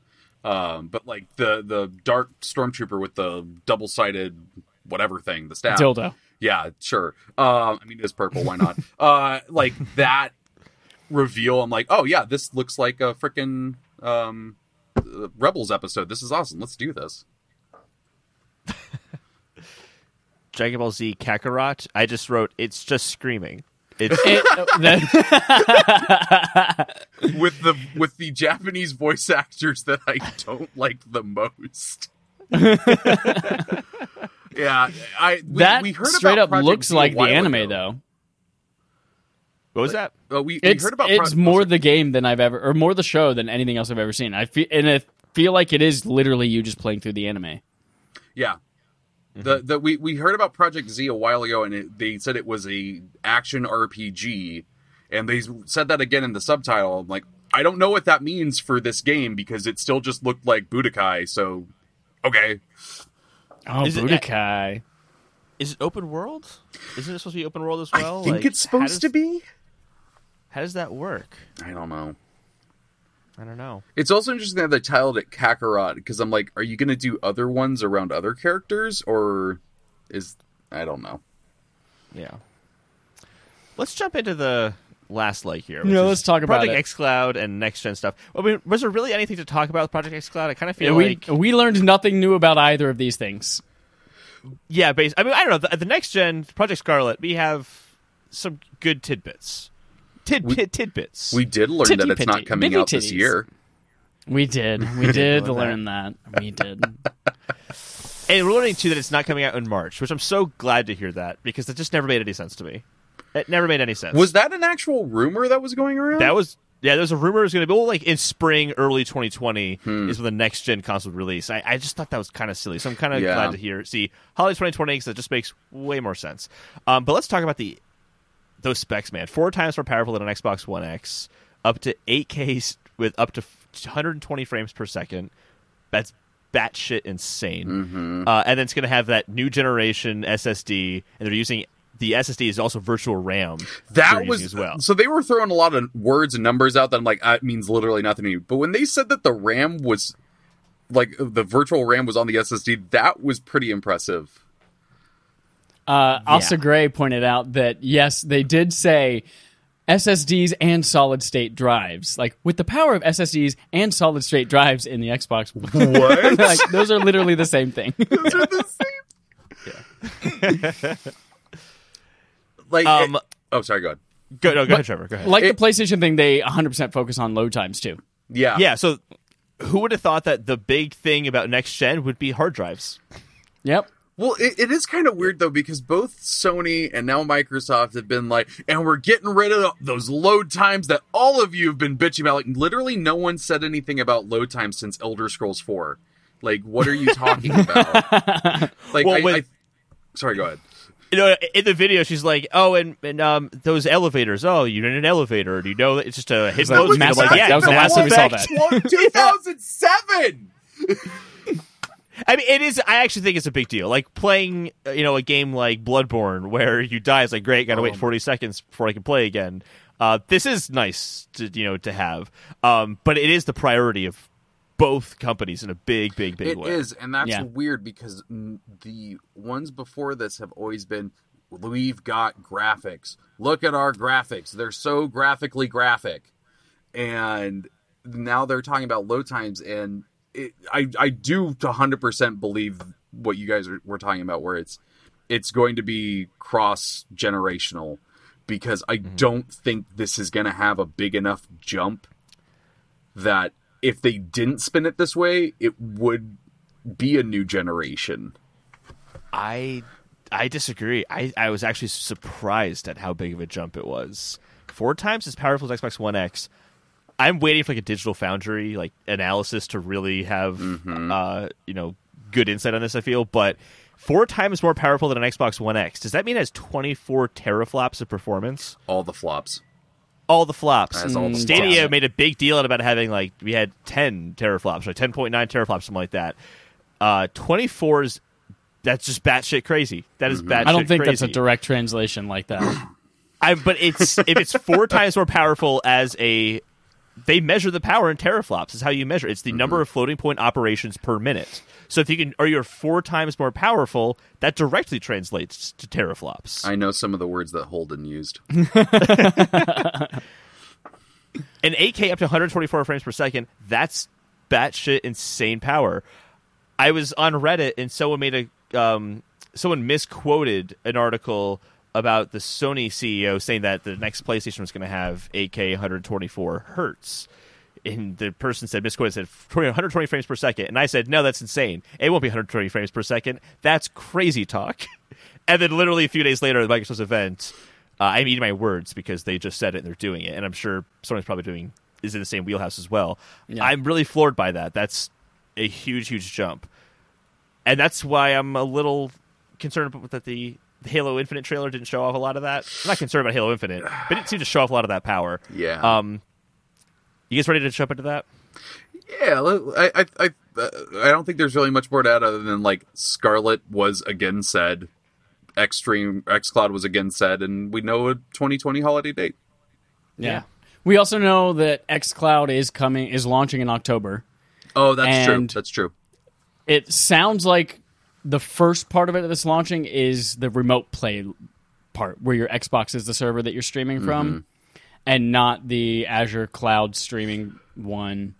Speaker 3: Um, but like the the dark stormtrooper with the double sided whatever thing, the staff.
Speaker 2: Dildo.
Speaker 3: Yeah, sure. Um, I mean, it's purple. Why not? uh, like that reveal. I'm like, oh yeah, this looks like a freaking um, uh, Rebels episode. This is awesome. Let's do this.
Speaker 1: Dragon Ball Z Kakarot. I just wrote, it's just screaming. It's
Speaker 2: It- uh, that-
Speaker 3: With the with the Japanese voice actors that I don't like the most. yeah, I we,
Speaker 2: that
Speaker 3: we heard
Speaker 2: straight
Speaker 3: about
Speaker 2: up
Speaker 3: Project
Speaker 2: looks
Speaker 3: Z a
Speaker 2: like the
Speaker 3: while
Speaker 2: anime,
Speaker 3: ago.
Speaker 2: though.
Speaker 1: what was that?
Speaker 3: Uh, we, we
Speaker 2: It's,
Speaker 3: heard about
Speaker 2: it's
Speaker 3: Pro-
Speaker 2: more the game than I've ever, or more the show than anything else I've ever seen. I feel, and I feel like it is literally you just playing through the anime.
Speaker 3: Yeah. The,
Speaker 1: Mm-hmm.
Speaker 3: the we, we heard about Project Z a while ago, and it, they said it was a action RPG, and they said that again in the subtitle. I'm like, I don't know what that means for this game because it still just looked like Budokai. So, okay,
Speaker 2: Oh,
Speaker 1: Is it-
Speaker 2: Budokai.
Speaker 1: Is it open world? Isn't it supposed to be open world as well?
Speaker 3: I think
Speaker 1: Like,
Speaker 3: it's
Speaker 1: how
Speaker 3: supposed
Speaker 1: does-
Speaker 3: to be.
Speaker 1: How does that work?
Speaker 3: I don't know.
Speaker 1: I don't know.
Speaker 3: It's also interesting that they titled it Kakarot because I'm like, are you going to do other ones around other characters, or is I don't know.
Speaker 1: Yeah. Let's jump into the last leg here.
Speaker 2: Yeah, let's talk about
Speaker 1: Project
Speaker 2: it.
Speaker 1: X Cloud and next gen stuff. I mean, was there really anything to talk about with Project X Cloud? I kind of feel
Speaker 2: Yeah, we
Speaker 1: like
Speaker 2: we learned nothing new about either of these things.
Speaker 1: yeah. Based, I mean, I don't know. The, the next gen Project Scarlet, we have some good tidbits. Tid, tid- tidbits.
Speaker 3: We did learn that
Speaker 2: Titty
Speaker 3: it's not
Speaker 2: pitty,
Speaker 3: coming
Speaker 2: bitty
Speaker 3: out this
Speaker 2: titties.
Speaker 3: year.
Speaker 2: We did, we did
Speaker 1: learn
Speaker 2: learn that. Uh, We did.
Speaker 1: And we're learning too that it's not coming out in March, which I'm so glad to hear that because that just never made any sense to me. It never made any sense.
Speaker 3: Was that an actual rumor that was going around?
Speaker 1: that was yeah? There was a rumor it was going to be well, like in spring, early 2020
Speaker 3: Hmm.
Speaker 1: is when the next gen console would release. I, I just thought that was kind of silly, so I'm kind of
Speaker 3: Yeah.
Speaker 1: glad to hear see holiday 2020 because that just makes way more sense. Um, but let's talk about the those specs, man. Four times more powerful than an Xbox One X, up to 8K s- with up to f- 120 frames per second. That's batshit insane.
Speaker 3: Mm-hmm.
Speaker 1: Uh, and then it's going to have that new generation SSD, and they're using the SSD is also virtual RAM.
Speaker 3: That
Speaker 1: they're
Speaker 3: was
Speaker 1: using as well.
Speaker 3: so they were throwing a lot of words and numbers out that I'm like that means literally nothing to me. But when they said that the RAM was like the virtual RAM was on the SSD, that was pretty impressive.
Speaker 2: Uh, Asa Gray pointed out that yes, they did say SSDs and solid state drives. Like with the power of SSDs and solid state drives in the Xbox, One.
Speaker 3: What?
Speaker 2: like those are literally the same thing.
Speaker 3: like
Speaker 1: Um,
Speaker 3: it- oh sorry, go ahead.
Speaker 1: Go, no, go ahead, Trevor. Go ahead.
Speaker 2: like
Speaker 3: It-
Speaker 2: the PlayStation thing, they 100% focus on load times too.
Speaker 3: Yeah.
Speaker 1: yeah, so who would have thought that the big thing about next gen would be hard drives?
Speaker 2: Yep.
Speaker 3: Well, it, it is kind of weird though because both Sony and now Microsoft have been like, and we're getting rid of those load times that all of you have been bitching about. Like, literally, no one said anything about load times since Elder Scrolls Four. Like, what are you talking about? like,
Speaker 1: Well,
Speaker 3: I,
Speaker 1: when-
Speaker 3: I- sorry, go ahead.
Speaker 1: You know, in the video, she's like, "Oh, and, and um, those elevators. Oh, you're in an elevator. Do you know that it's just a hidden
Speaker 2: that
Speaker 1: load?"
Speaker 2: Mass
Speaker 1: Like,
Speaker 2: Effect?
Speaker 1: yeah,
Speaker 2: That was the
Speaker 1: Mass
Speaker 2: last time we saw
Speaker 1: Effect.
Speaker 2: that.
Speaker 3: Well, 2007.
Speaker 1: I mean, it is. I actually think it's a big deal. Like playing, uh, you know, a game like Bloodborne where you die. It's like great. Got to wait forty seconds before I can play again. Uh, this is nice to you know to have, um, but it is the priority of both companies in a big, big, big
Speaker 3: It
Speaker 1: way.
Speaker 3: is, and that's
Speaker 2: Yeah.
Speaker 3: weird because mm, the ones before this have always been we've got graphics. Look at our graphics. They're so graphically graphic. And now they're talking about load times and it, I I do 100% believe what you guys are, were talking about where it's it's going to be cross generational because I don't think this is going to have a big enough jump that if they didn't spin it this way, it would be a new generation.
Speaker 1: I I disagree. I, I was actually surprised at how big of a jump it was. Four times as powerful as Xbox One X. I'm waiting for like a digital foundry like analysis to really have uh, you know good insight on this. I feel, but four times more powerful than an Xbox One X. Does that mean it has 24 teraflops of performance?
Speaker 3: All the flops.
Speaker 1: All the flops.
Speaker 3: That's
Speaker 2: Mm.
Speaker 3: all the
Speaker 1: Stadia
Speaker 3: flops.
Speaker 1: made a big deal out about having like we had 10 teraflops, like 10.9 teraflops, something like that. Uh, 24 is that's just batshit crazy. That
Speaker 3: Mm-hmm.
Speaker 1: is batshit.
Speaker 2: I don't think that's a
Speaker 1: crazy.
Speaker 2: direct translation like that.
Speaker 1: I, but it's if it's four times more powerful as a, they measure the power in teraflops. Is how you measure. It's the
Speaker 3: Mm-hmm.
Speaker 1: number of floating point operations per minute. So if you can, or you're four times more powerful, that directly translates to teraflops.
Speaker 3: I know some of the words that Holden used.
Speaker 1: an 8K up to 124 frames per second, that's batshit insane power. I was on Reddit and someone made a um, someone misquoted an article about the Sony CEO saying that the next PlayStation was going to have 8K 124 hertz. And the person said misquoted said 120 frames per second, and I said no, that's insane. It won't be 120 frames per second. That's crazy talk. and then literally a few days later, at Microsoft's event, uh, I'm eating my words because they just said it and they're doing it, and I'm sure Sony's probably doing is in the same wheelhouse as well. I'm really floored by that. That's a huge, huge jump, and that's why I'm a little concerned about- that the Halo Infinite trailer didn't show off a lot of that. I'm not concerned about Halo Infinite, but it seemed to show off a lot of that power.
Speaker 3: Yeah.
Speaker 1: Um, you guys ready to jump into that?
Speaker 3: yeah, l- I I I, uh, I don't think there's really much more to add other than like Scarlet was again said, Xtreme XCloud was again said, and we know a 2020 holiday date.
Speaker 2: Yeah. We also know that xCloud is coming is launching in October.
Speaker 3: Oh, that's
Speaker 2: And-
Speaker 3: true. That's true.
Speaker 2: It sounds like the first part of it that's launching is the remote play part where your Xbox is the server that you're streaming from
Speaker 1: Mm-hmm.
Speaker 2: and not the Azure cloud streaming one.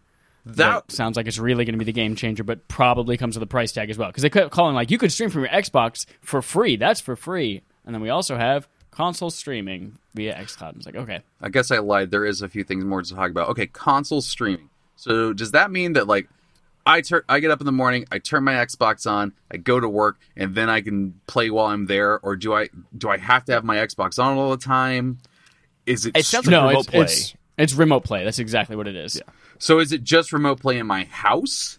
Speaker 3: That
Speaker 2: sounds like it's really going to be the game changer, but probably comes with a price tag as well. Because they kept calling like you could stream from your Xbox for free. That's for free. And then we also have console streaming via xCloud. It's like okay,
Speaker 3: I guess I lied. There is a few things more to talk about. Okay, console streaming. So does that mean that like I turn I get up in the morning, I turn my Xbox on, I go to work, and then I can play while I'm there, or do I do I have to have my Xbox on all the time? Is it,
Speaker 1: It sounds
Speaker 3: str-
Speaker 1: like
Speaker 2: no,
Speaker 1: remote
Speaker 2: it's,
Speaker 1: play.
Speaker 2: it's it's remote play. That's exactly what it is.
Speaker 3: so? Is it just remote play in my house?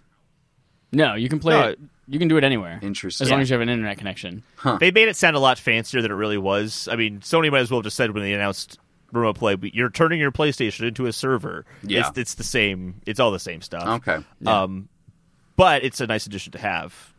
Speaker 2: No, you can play
Speaker 1: No,
Speaker 2: it. You can do it anywhere.
Speaker 3: Interesting.
Speaker 2: As long as you have an internet connection.
Speaker 1: They made it sound a lot fancier than it really was. I mean, Sony might as well have just said when they announced remote play, but you're turning your PlayStation into a server.
Speaker 3: Yeah.
Speaker 1: It's, it's the same. It's all the same stuff.
Speaker 3: Okay.
Speaker 1: Um, but it's a nice addition to have.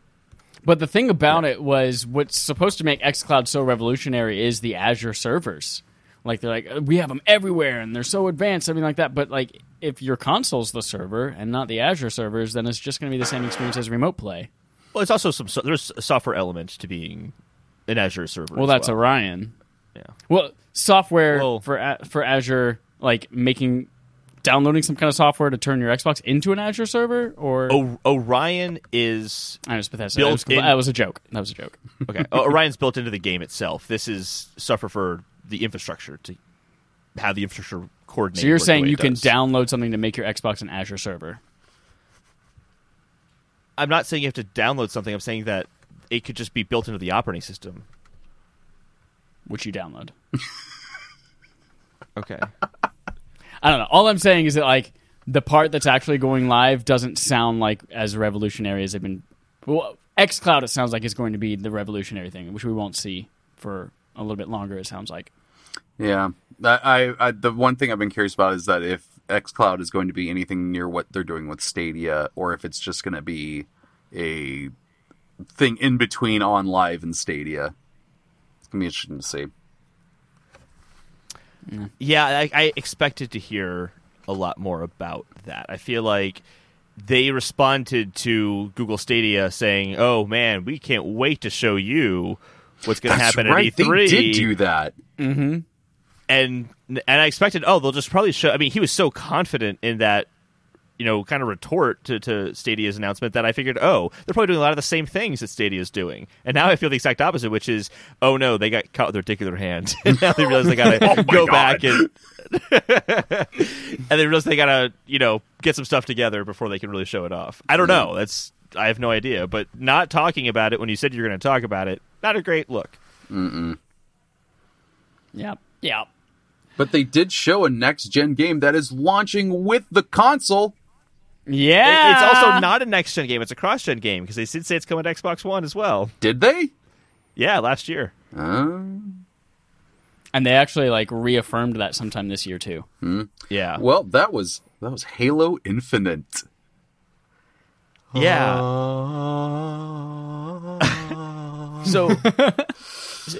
Speaker 2: But the thing about it was what's supposed to make xCloud so revolutionary is the Azure servers. Like they're like we have them everywhere and they're so advanced, everything like that. But like if your console's the server and not the Azure servers, then it's just going to be the same experience as remote play.
Speaker 1: Well, it's also some so- there's a software element to being an Azure server.
Speaker 2: Well,
Speaker 1: as
Speaker 2: that's
Speaker 1: well.
Speaker 2: Orion.
Speaker 1: Yeah.
Speaker 2: Well, software
Speaker 1: Well-
Speaker 2: for a- for Azure, like making downloading some kind of software to turn your Xbox into an Azure server, or
Speaker 1: O- Orion is
Speaker 2: I know it's Bethesda. That
Speaker 1: Oh. built
Speaker 2: was,
Speaker 1: in-
Speaker 2: that was a joke. That was a joke.
Speaker 1: okay. O- Orion's built into the game itself. This is suffer for the infrastructure to have the infrastructure coordinate.
Speaker 2: So you're
Speaker 1: work the
Speaker 2: saying
Speaker 1: way
Speaker 2: you
Speaker 1: it
Speaker 2: can
Speaker 1: does.
Speaker 2: download something to make your Xbox an Azure server?
Speaker 1: I'm not saying you have to download something. I'm saying that it could just be built into the operating system.
Speaker 2: which you download.
Speaker 1: Okay.
Speaker 2: I don't know. All I'm saying is that like the part that's actually going live doesn't sound like as revolutionary as they've been. Well, xCloud it sounds like is going to be the revolutionary thing, which we won't see for a little bit longer. It sounds like.
Speaker 3: Yeah, I, I, I the one thing I've been curious about is that if XCloud is going to be anything near what they're doing with Stadia, or if it's just going to be a thing in between on live and Stadia. It's gonna be interesting to see.
Speaker 1: Yeah, I, I expected to hear a lot more about that. I feel like they responded to Google Stadia saying, "Oh man, we can't wait to show you what's going to happen
Speaker 3: right.
Speaker 1: at E E3."
Speaker 3: They did do that.
Speaker 1: and and I expected, oh, they'll just probably show. I mean, he was so confident in that, you know, kind of retort to, to Stadia's announcement that I figured, oh, they're probably doing a lot of the same things that Stadia's doing. And now I feel the exact opposite, which is, oh no, they got caught with their dick in their hand, and now they realize they gotta go
Speaker 3: God.
Speaker 1: back and and they realize they gotta, you know, get some stuff together before they can really show it off. I don't know. That's I have no idea, but not talking about it when you said you're going to talk about it, not a great look.
Speaker 2: Yep. Yep.
Speaker 3: But they did show a next gen game that is launching with the console.
Speaker 2: Yeah.
Speaker 1: It- It's also not a next gen game; it's a cross gen game because they did say it's coming to Xbox One as well.
Speaker 3: Did they?
Speaker 1: Yeah, last year.
Speaker 3: Uh,
Speaker 2: And they actually like reaffirmed that sometime this year too.
Speaker 1: Yeah,
Speaker 3: well, that was that was Halo Infinite.
Speaker 1: yeah.
Speaker 2: uh,
Speaker 1: So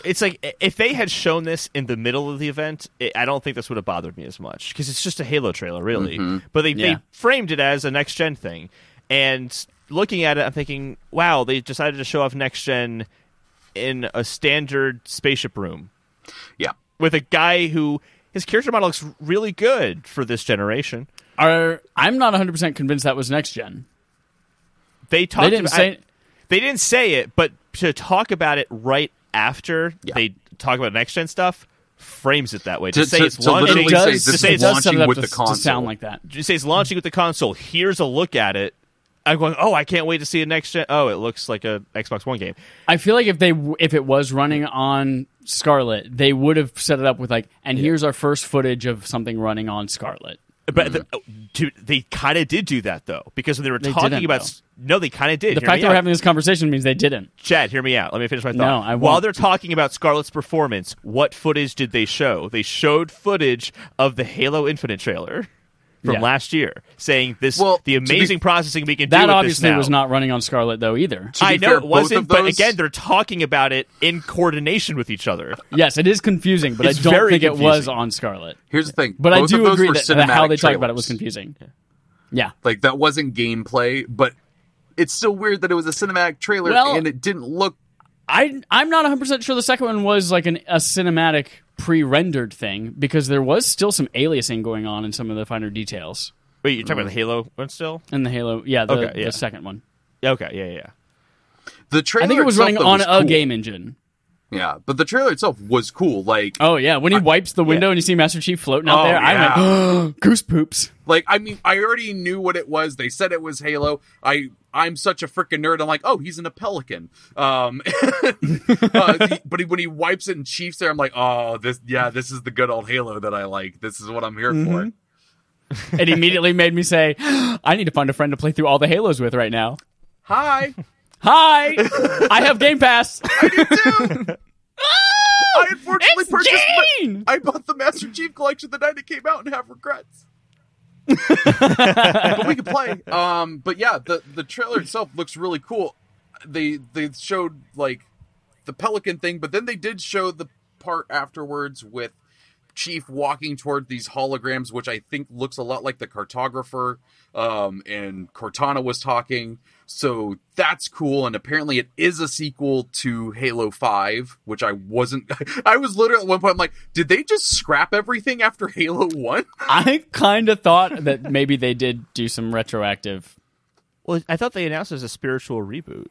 Speaker 1: it's like if they had shown this in the middle of the event, it, I don't think this would have bothered me as much because it's just a Halo trailer, really. But they,
Speaker 2: Mm-hmm. Yeah.
Speaker 1: they framed it as a next gen thing, and looking at it, I'm thinking, wow, they decided to show off next gen in a standard spaceship room
Speaker 3: yeah.
Speaker 1: with a guy who his character model looks really good for this generation.
Speaker 2: Are I'm not 100 percent convinced that was next gen.
Speaker 1: They talked.
Speaker 2: They didn't
Speaker 1: about,
Speaker 2: say.
Speaker 1: they didn't say it, but to talk about it right after
Speaker 3: Yeah.
Speaker 1: they talk about next gen stuff frames it that way. To,
Speaker 3: To-
Speaker 1: say
Speaker 3: to-
Speaker 1: it's
Speaker 3: to
Speaker 1: launching,
Speaker 3: literally say
Speaker 1: to
Speaker 3: this
Speaker 1: say
Speaker 3: is
Speaker 1: it's,
Speaker 2: does
Speaker 3: launching
Speaker 2: set it up
Speaker 3: with
Speaker 2: to,
Speaker 3: the
Speaker 2: to
Speaker 3: console.
Speaker 2: sound like that.
Speaker 1: to say it's launching with the console. Here's a look at it. I'm going. Oh, I can't wait to see a next gen. Oh, it looks like a Xbox One game.
Speaker 2: I feel like if they w- if it was running on Scarlet, they would have set it up with like, and here's our first footage of something running on Scarlet.
Speaker 3: Mm-hmm.
Speaker 1: But the, oh, dude, they kind of did do that though, because when they were
Speaker 2: They
Speaker 1: talking
Speaker 2: didn't,
Speaker 1: about
Speaker 2: though.
Speaker 1: s- no, they kind of did.
Speaker 2: The
Speaker 1: Hear
Speaker 2: fact
Speaker 1: me
Speaker 2: that we're
Speaker 1: out.
Speaker 2: having this conversation means they didn't.
Speaker 1: Chad, hear me out. Let me finish my thought.
Speaker 2: No, I
Speaker 1: While
Speaker 2: won't.
Speaker 1: they're talking about Scarlett's performance, what footage did they show? They showed footage of the Halo Infinite trailer from
Speaker 2: Yeah.
Speaker 1: last year, saying this
Speaker 3: Well,
Speaker 1: the
Speaker 3: to be-
Speaker 1: amazing processing we can do.
Speaker 2: That
Speaker 1: with
Speaker 2: obviously
Speaker 1: this now.
Speaker 2: was not running on Scarlet though either.
Speaker 3: To be
Speaker 1: I know
Speaker 3: fair,
Speaker 1: it
Speaker 3: both
Speaker 1: wasn't,
Speaker 3: of
Speaker 1: but
Speaker 3: those-
Speaker 1: again, they're talking about it in coordination with each other.
Speaker 2: Yes, it is confusing, but I
Speaker 1: It's
Speaker 2: don't
Speaker 1: very
Speaker 2: think it was
Speaker 1: confusing.
Speaker 2: on Scarlet.
Speaker 3: Here's the thing.
Speaker 2: But
Speaker 3: both
Speaker 2: I
Speaker 3: of
Speaker 2: do
Speaker 3: those
Speaker 2: agree
Speaker 3: were
Speaker 2: that, that how
Speaker 3: cinematic
Speaker 2: they talk about it
Speaker 3: trailers.
Speaker 2: was confusing. Yeah.
Speaker 3: Like that wasn't gameplay, but it's still weird that it was a cinematic trailer
Speaker 2: Well-
Speaker 3: and it didn't look.
Speaker 2: I I'm not 100 percent sure the second one was like an, a cinematic pre-rendered thing because there was still some aliasing going on in some of the finer details
Speaker 1: Wait, you're talking about the Halo one still?
Speaker 2: in the Halo. Yeah, the,
Speaker 1: Okay, yeah.
Speaker 2: the second one.
Speaker 1: Yeah, Okay, yeah, yeah.
Speaker 3: The trailer.
Speaker 2: I think it was
Speaker 3: itself,
Speaker 2: running
Speaker 3: though,
Speaker 2: on
Speaker 3: was
Speaker 2: a
Speaker 3: cool.
Speaker 2: game engine.
Speaker 3: Yeah, but the trailer itself was cool. Like,
Speaker 2: Oh yeah, when he wipes the window and you see Master Chief floating out
Speaker 3: Oh,
Speaker 2: there,
Speaker 3: yeah.
Speaker 2: I went goose poops.
Speaker 3: like I mean, I already knew what it was. They said it was Halo. I I'm such a freaking nerd. I'm like, oh, he's in a pelican. Um, uh, he- but he, when he wipes it and Chiefs there, I'm like, oh, this yeah, this is the good old Halo that I like. This is what I'm here
Speaker 2: Mm-hmm.
Speaker 3: for.
Speaker 2: It immediately made me say, I need to find a friend to play through all the Halos with right now.
Speaker 3: Hi,
Speaker 2: Hi, I have Game Pass.
Speaker 3: I unfortunately
Speaker 2: It's
Speaker 3: purchased. my-
Speaker 2: Gene!
Speaker 3: I bought the Master Chief collection the night it came out and have regrets. but we can play. Um, but yeah, the the trailer itself looks really cool. They they showed like the pelican thing, but then they did show the part afterwards with Chief walking toward these holograms, which I think looks a lot like the cartographer. Um, and Cortana was talking, so that's cool. And apparently, it is a sequel to Halo Five, which I wasn't. I was literally at one point, I'm like, did they just scrap everything after Halo One?
Speaker 2: I kind of thought that maybe they did do some retroactive.
Speaker 1: Well, I thought they announced it as a spiritual reboot.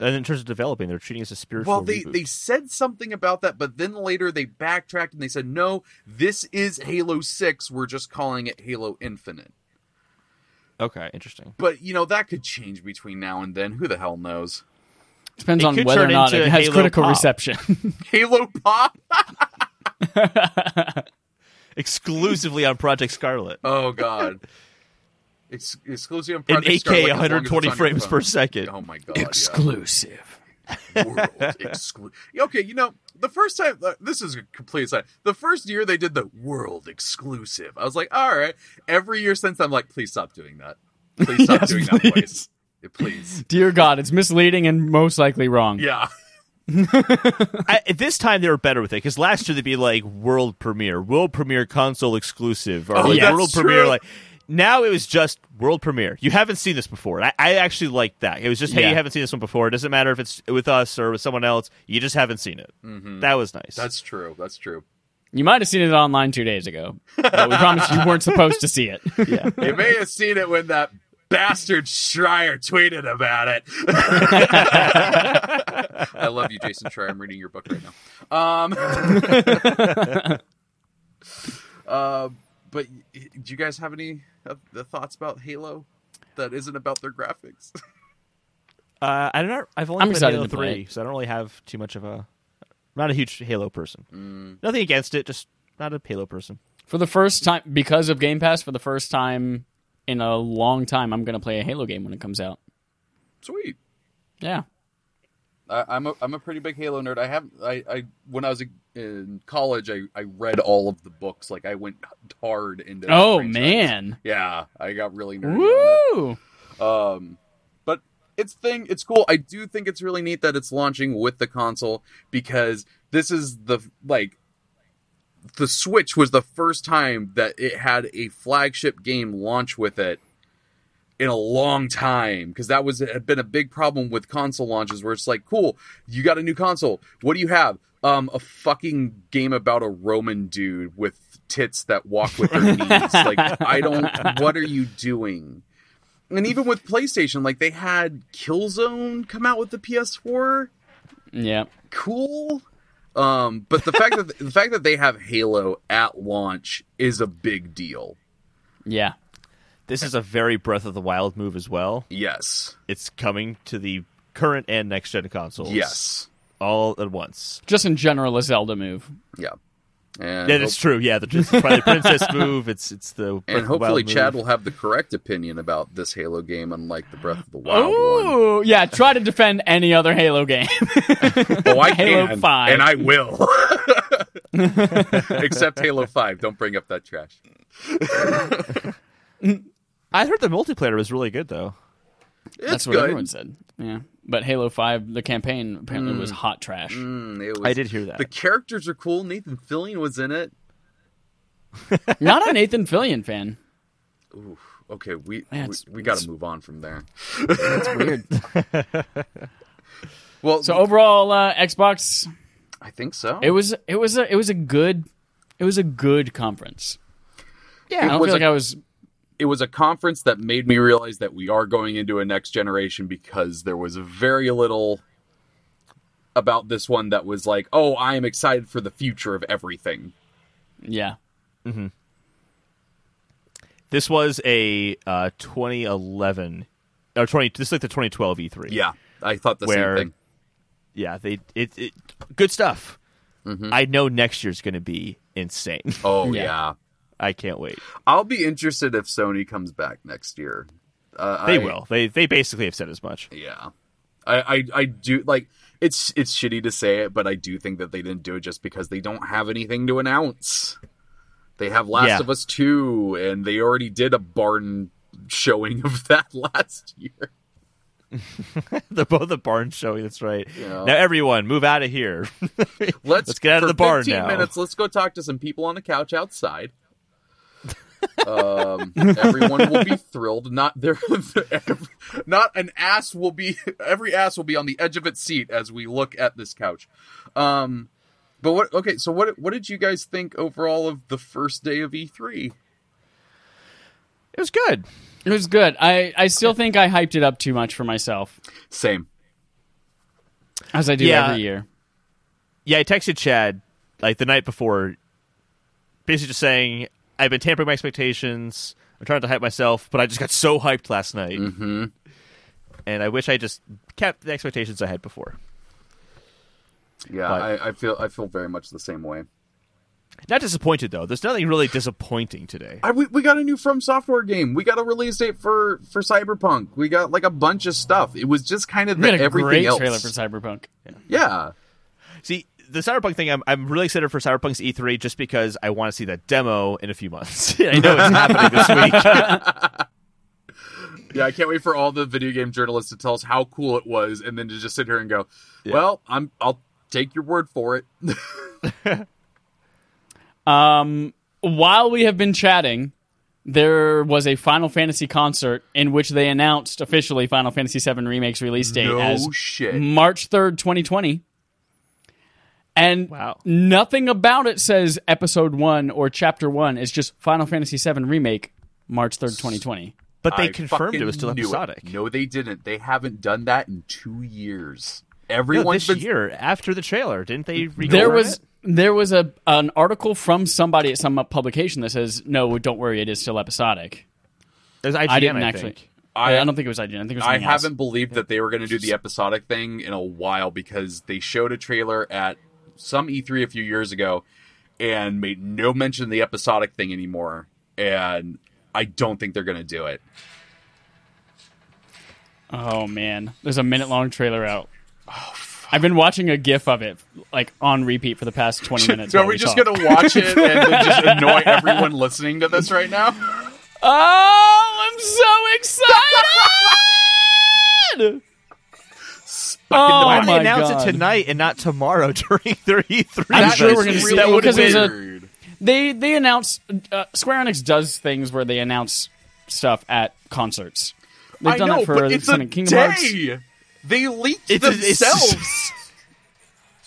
Speaker 1: And in terms of developing, they're treating it as a spiritual
Speaker 3: Well, they
Speaker 1: reboot.
Speaker 3: they said something about that, but then later they backtracked and they said, no, this is Halo Six. We're just calling it Halo Infinite.
Speaker 1: Okay, interesting.
Speaker 3: But you know that could change between now and then. Who the hell knows?
Speaker 2: Depends
Speaker 1: It
Speaker 2: on
Speaker 1: could
Speaker 2: whether or
Speaker 1: turn
Speaker 2: not it
Speaker 1: into
Speaker 2: has
Speaker 1: Halo
Speaker 2: critical
Speaker 1: Pop.
Speaker 2: reception.
Speaker 3: Oh, Halo Pop.
Speaker 1: Exclusively on Project Scarlet.
Speaker 3: Oh God. Ex- exclusive on
Speaker 1: in
Speaker 3: Project
Speaker 1: 8K,
Speaker 3: Starlight, as long as it's
Speaker 1: 120
Speaker 3: on your
Speaker 1: frames
Speaker 3: phone.
Speaker 1: per second.
Speaker 3: Oh my god! yeah.
Speaker 2: Exclusive.
Speaker 3: world exclusive. Okay, you know, the first time, uh, this is a complete aside. The first year they did the world exclusive. I was like, all right. Every year since, I'm like, please stop doing that. Please stop
Speaker 2: Yes,
Speaker 3: doing that,
Speaker 2: please.
Speaker 3: please. Please.
Speaker 2: Dear God, it's misleading and most likely wrong.
Speaker 3: Yeah.
Speaker 1: I, at this time, they were better with it because last year they'd be like world premiere, world premiere console exclusive, or
Speaker 3: Oh,
Speaker 1: like
Speaker 3: that's
Speaker 1: world premiere.
Speaker 3: true.
Speaker 1: Like now, it was just world premiere. You haven't seen this before. And I, I actually liked that. It was just hey,
Speaker 2: Yeah.
Speaker 1: you haven't seen this one before. It doesn't matter if it's with us or with someone else. You just haven't seen it. That was nice.
Speaker 3: Mm-hmm. That's true. That's true.
Speaker 2: You might have seen it online two days ago, but we promised you weren't supposed to see it.
Speaker 1: yeah.
Speaker 3: You may have seen it when that bastard Schreier tweeted about it. I love you, Jason Schreier. I'm reading your book right now. Um, uh, but y- do you guys have any of the thoughts about Halo that isn't about their graphics?
Speaker 1: Uh, I don't. know. I've only
Speaker 2: I'm
Speaker 1: played
Speaker 2: excited
Speaker 1: Halo
Speaker 2: to play
Speaker 1: three, so I don't really have too much of a. I'm not a huge Halo person.
Speaker 3: Mm.
Speaker 1: Nothing against it, just not a Halo person.
Speaker 2: For the first time, because of Game Pass, for the first time in a long time, I'm going to play a Halo game when it comes out.
Speaker 3: Sweet.
Speaker 2: Yeah.
Speaker 3: I, I'm a I'm a pretty big Halo nerd. I have I, I when I was in college, I, I read all of the books. Like I went hard into. the
Speaker 2: Oh,
Speaker 3: franchise.
Speaker 2: man.
Speaker 3: Yeah, I got really nerdy. on it.
Speaker 2: Woo!
Speaker 3: Um, but it's thing, it's cool. I do think it's really neat that it's launching with the console because this is the like the Switch was the first time that it had a flagship game launch with it in a long time because that was had been a big problem with console launches where it's like, cool, you got a new console. What do you have? Um, a fucking game about a Roman dude with tits that walk with their knees. Like, I don't. What are you doing? And even with PlayStation, like they had Killzone come out with the PS4.
Speaker 2: Yeah.
Speaker 3: Cool. Um, but the fact that the fact that they have Halo at launch is a big deal.
Speaker 2: Yeah.
Speaker 1: This is a very Breath of the Wild move as well.
Speaker 3: Yes.
Speaker 1: It's coming to the current and next gen consoles.
Speaker 3: Yes.
Speaker 1: all at once.
Speaker 2: Just in general, a Zelda move.
Speaker 3: Yeah. And
Speaker 1: Yeah, that's true. Yeah, the, it's probably the princess move. It's it's the Breath
Speaker 3: and
Speaker 1: of the Wild
Speaker 3: hopefully
Speaker 1: move.
Speaker 3: Chad will have the correct opinion about this Halo game, unlike the Breath of the Wild one.
Speaker 2: Oh, yeah. Try to defend any other Halo game.
Speaker 3: Oh, I
Speaker 2: Halo
Speaker 3: can,
Speaker 2: 5.
Speaker 3: and I will. Except Halo Five. Don't bring up that trash.
Speaker 1: I heard the multiplayer was really good though.
Speaker 3: It's
Speaker 2: That's what
Speaker 3: good.
Speaker 2: everyone said. Yeah. But Halo 5, the campaign apparently was hot trash.
Speaker 3: Mm, it was-
Speaker 1: I did hear that.
Speaker 3: The characters are cool. Nathan Fillion was in it.
Speaker 2: Not a Nathan Fillion fan.
Speaker 3: Okay, we
Speaker 2: Yeah,
Speaker 3: we,
Speaker 2: it's-
Speaker 3: we got
Speaker 2: it's-
Speaker 3: to move on from there.
Speaker 2: It's weird.
Speaker 3: Well,
Speaker 2: so overall, uh, Xbox,
Speaker 3: I think so.
Speaker 2: it was it was a it was a good it was a good conference. Yeah, I
Speaker 3: It
Speaker 2: don't
Speaker 3: was
Speaker 2: feel
Speaker 3: a-
Speaker 2: like I was
Speaker 3: it was a conference that made me realize that we are going into a next generation because there was very little about this one that was like, "Oh, I am excited for the future of everything."
Speaker 2: yeah.
Speaker 1: This was a uh, 2011 or 20. This is like the 2012 E3.
Speaker 3: Yeah, I thought the
Speaker 1: Where-
Speaker 3: same thing.
Speaker 1: yeah. They it, it good stuff.
Speaker 3: Mm-hmm.
Speaker 1: I know next year's going to be insane.
Speaker 3: Oh
Speaker 2: Yeah.
Speaker 3: yeah.
Speaker 1: I can't wait.
Speaker 3: I'll be interested if Sony comes back next year. Uh,
Speaker 1: They
Speaker 3: I-
Speaker 1: will. They they basically have said as much.
Speaker 3: Yeah. I, I, I do like it's it's shitty to say it, but I do think that they didn't do it just because they don't have anything to announce. They have Last
Speaker 1: Yeah.
Speaker 3: of Us Two, and they already did a barn showing of that last year.
Speaker 1: They're both the barn showing. That's right.
Speaker 3: Yeah.
Speaker 1: Now everyone move out of here.
Speaker 3: Let's,
Speaker 1: Let's get out of
Speaker 3: for
Speaker 1: the barn
Speaker 3: 15
Speaker 1: now.
Speaker 3: Minutes. Let's go talk to some people on a couch outside. um, everyone will be thrilled. Not there, not an ass will be. Every ass will be on the edge of its seat as we look at this couch. Um, but what? Okay, so what? What did you guys think overall of the first day of E E3?
Speaker 1: it was good.
Speaker 2: It was good. I, I still think I hyped it up too much for myself,
Speaker 3: Same.
Speaker 2: as I do
Speaker 1: Yeah.
Speaker 2: every year.
Speaker 1: Yeah, I texted Chad like the night before, basically just saying I've been tampering my expectations. I'm trying to hype myself, but I just got so hyped last night, mm-hmm. and I wish I just kept the expectations I had before.
Speaker 3: Yeah,
Speaker 1: But-
Speaker 3: I, I feel I feel very much the same way.
Speaker 1: Not disappointed though. There's nothing really disappointing today.
Speaker 3: I, we, we got a new From Software game. We got a release date for for Cyberpunk. We got like a bunch of stuff. It was just kind of
Speaker 2: We
Speaker 3: the
Speaker 2: had a
Speaker 3: everything
Speaker 2: great
Speaker 3: else.
Speaker 2: trailer for Cyberpunk.
Speaker 3: yeah.
Speaker 1: See, the Cyberpunk thing, I'm, I'm really excited for Cyberpunk's E3 just because I want to see that demo in a few months. I know it's happening this week.
Speaker 3: Yeah, I can't wait for all the video game journalists to tell us how cool it was, and then to just sit here and go, "Well, I'm I'll take your word for it."
Speaker 2: Um, while we have been chatting, there was a Final Fantasy concert in which they announced officially Final Fantasy VII Remake's release date
Speaker 3: No
Speaker 2: as
Speaker 3: shit.
Speaker 2: March 3rd, 2020. And
Speaker 1: Wow.
Speaker 2: nothing about it says episode 1 or chapter 1. It's just Final Fantasy VII Remake, March 3rd, 2020.
Speaker 1: But they
Speaker 3: I
Speaker 1: confirmed it
Speaker 3: fucking
Speaker 1: was still
Speaker 3: knew
Speaker 1: episodic.
Speaker 3: No, they didn't. They haven't done that in two years.
Speaker 1: No,
Speaker 3: Everyone's
Speaker 1: this
Speaker 3: been
Speaker 1: year after the trailer, didn't they? reconfirm
Speaker 2: There was
Speaker 1: it?
Speaker 2: there was a an article from somebody at some publication that says, "No, don't worry, it is still episodic."
Speaker 1: It was IGN,
Speaker 2: I didn't
Speaker 1: I
Speaker 2: actually.
Speaker 1: think.
Speaker 2: I,
Speaker 3: I-
Speaker 2: I don't think it was IGN. I think it was.
Speaker 3: I
Speaker 2: something else.
Speaker 3: haven't believed that they were going to do the episodic thing in a while because they showed a trailer at some E3 a few years ago and made no mention of the episodic thing anymore. And I don't think they're going to do it.
Speaker 2: Oh man, there's a minute long trailer out.
Speaker 3: Oh,
Speaker 2: I've been watching a GIF of it like on repeat for the past 20 minutes.
Speaker 3: So are
Speaker 2: while
Speaker 3: we, just
Speaker 2: talk.
Speaker 3: going to watch it and then just annoy everyone listening to this right now?
Speaker 2: Oh, I'm so excited! oh
Speaker 1: Why did they
Speaker 2: my
Speaker 1: announce
Speaker 2: God.
Speaker 1: it tonight and not tomorrow during their E3?
Speaker 2: I'm
Speaker 1: That
Speaker 2: sure
Speaker 1: is
Speaker 2: we're gonna
Speaker 1: really-
Speaker 2: see it
Speaker 1: that would
Speaker 2: because it was a-
Speaker 3: weird.
Speaker 2: They they announce uh, Square Enix does things where they announce stuff at concerts. They've
Speaker 3: I
Speaker 2: done
Speaker 3: know,
Speaker 2: that for
Speaker 3: but it's a
Speaker 2: Sonic Kingdom Hearts.
Speaker 3: day. They leaked
Speaker 1: It's a- it's-
Speaker 3: themselves.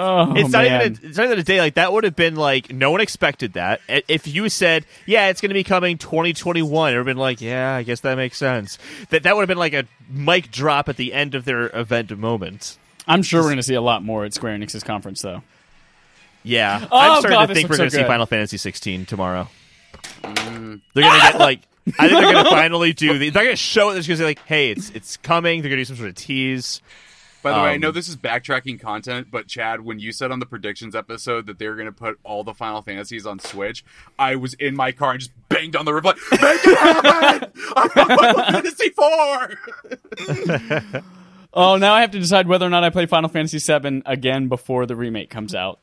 Speaker 2: Oh,
Speaker 1: It's not,
Speaker 2: man.
Speaker 1: even a, it's not even a day like that would have been like no one expected that. I- If you said, "Yeah, it's going to be coming 2021," it would have been like, "Yeah, I guess that makes sense." That that would have been like a mic drop at the end of their event moment.
Speaker 2: I'm sure we're going to see a lot more at Square Enix's conference, though.
Speaker 1: Yeah, I'm starting
Speaker 2: Oh, God,
Speaker 1: to
Speaker 2: this
Speaker 1: think we're going
Speaker 2: looks so
Speaker 1: to see
Speaker 2: good.
Speaker 1: Final Fantasy 16 tomorrow. They're going to get like. I think they're going to finally do. The, they're going to show it. They're going to say like, "Hey, it's it's coming." They're going to do some sort of tease.
Speaker 3: By the way, I
Speaker 1: Um,
Speaker 3: know this is backtracking content, but Chad, when you said on the predictions episode that they were going to put all the Final Fantasies on Switch, I was in my car and just banged on the roof like, "Make it happen! I want Final Fantasy Four.
Speaker 2: Oh, now I have to decide whether or not I play Final Fantasy VII again before the remake comes out.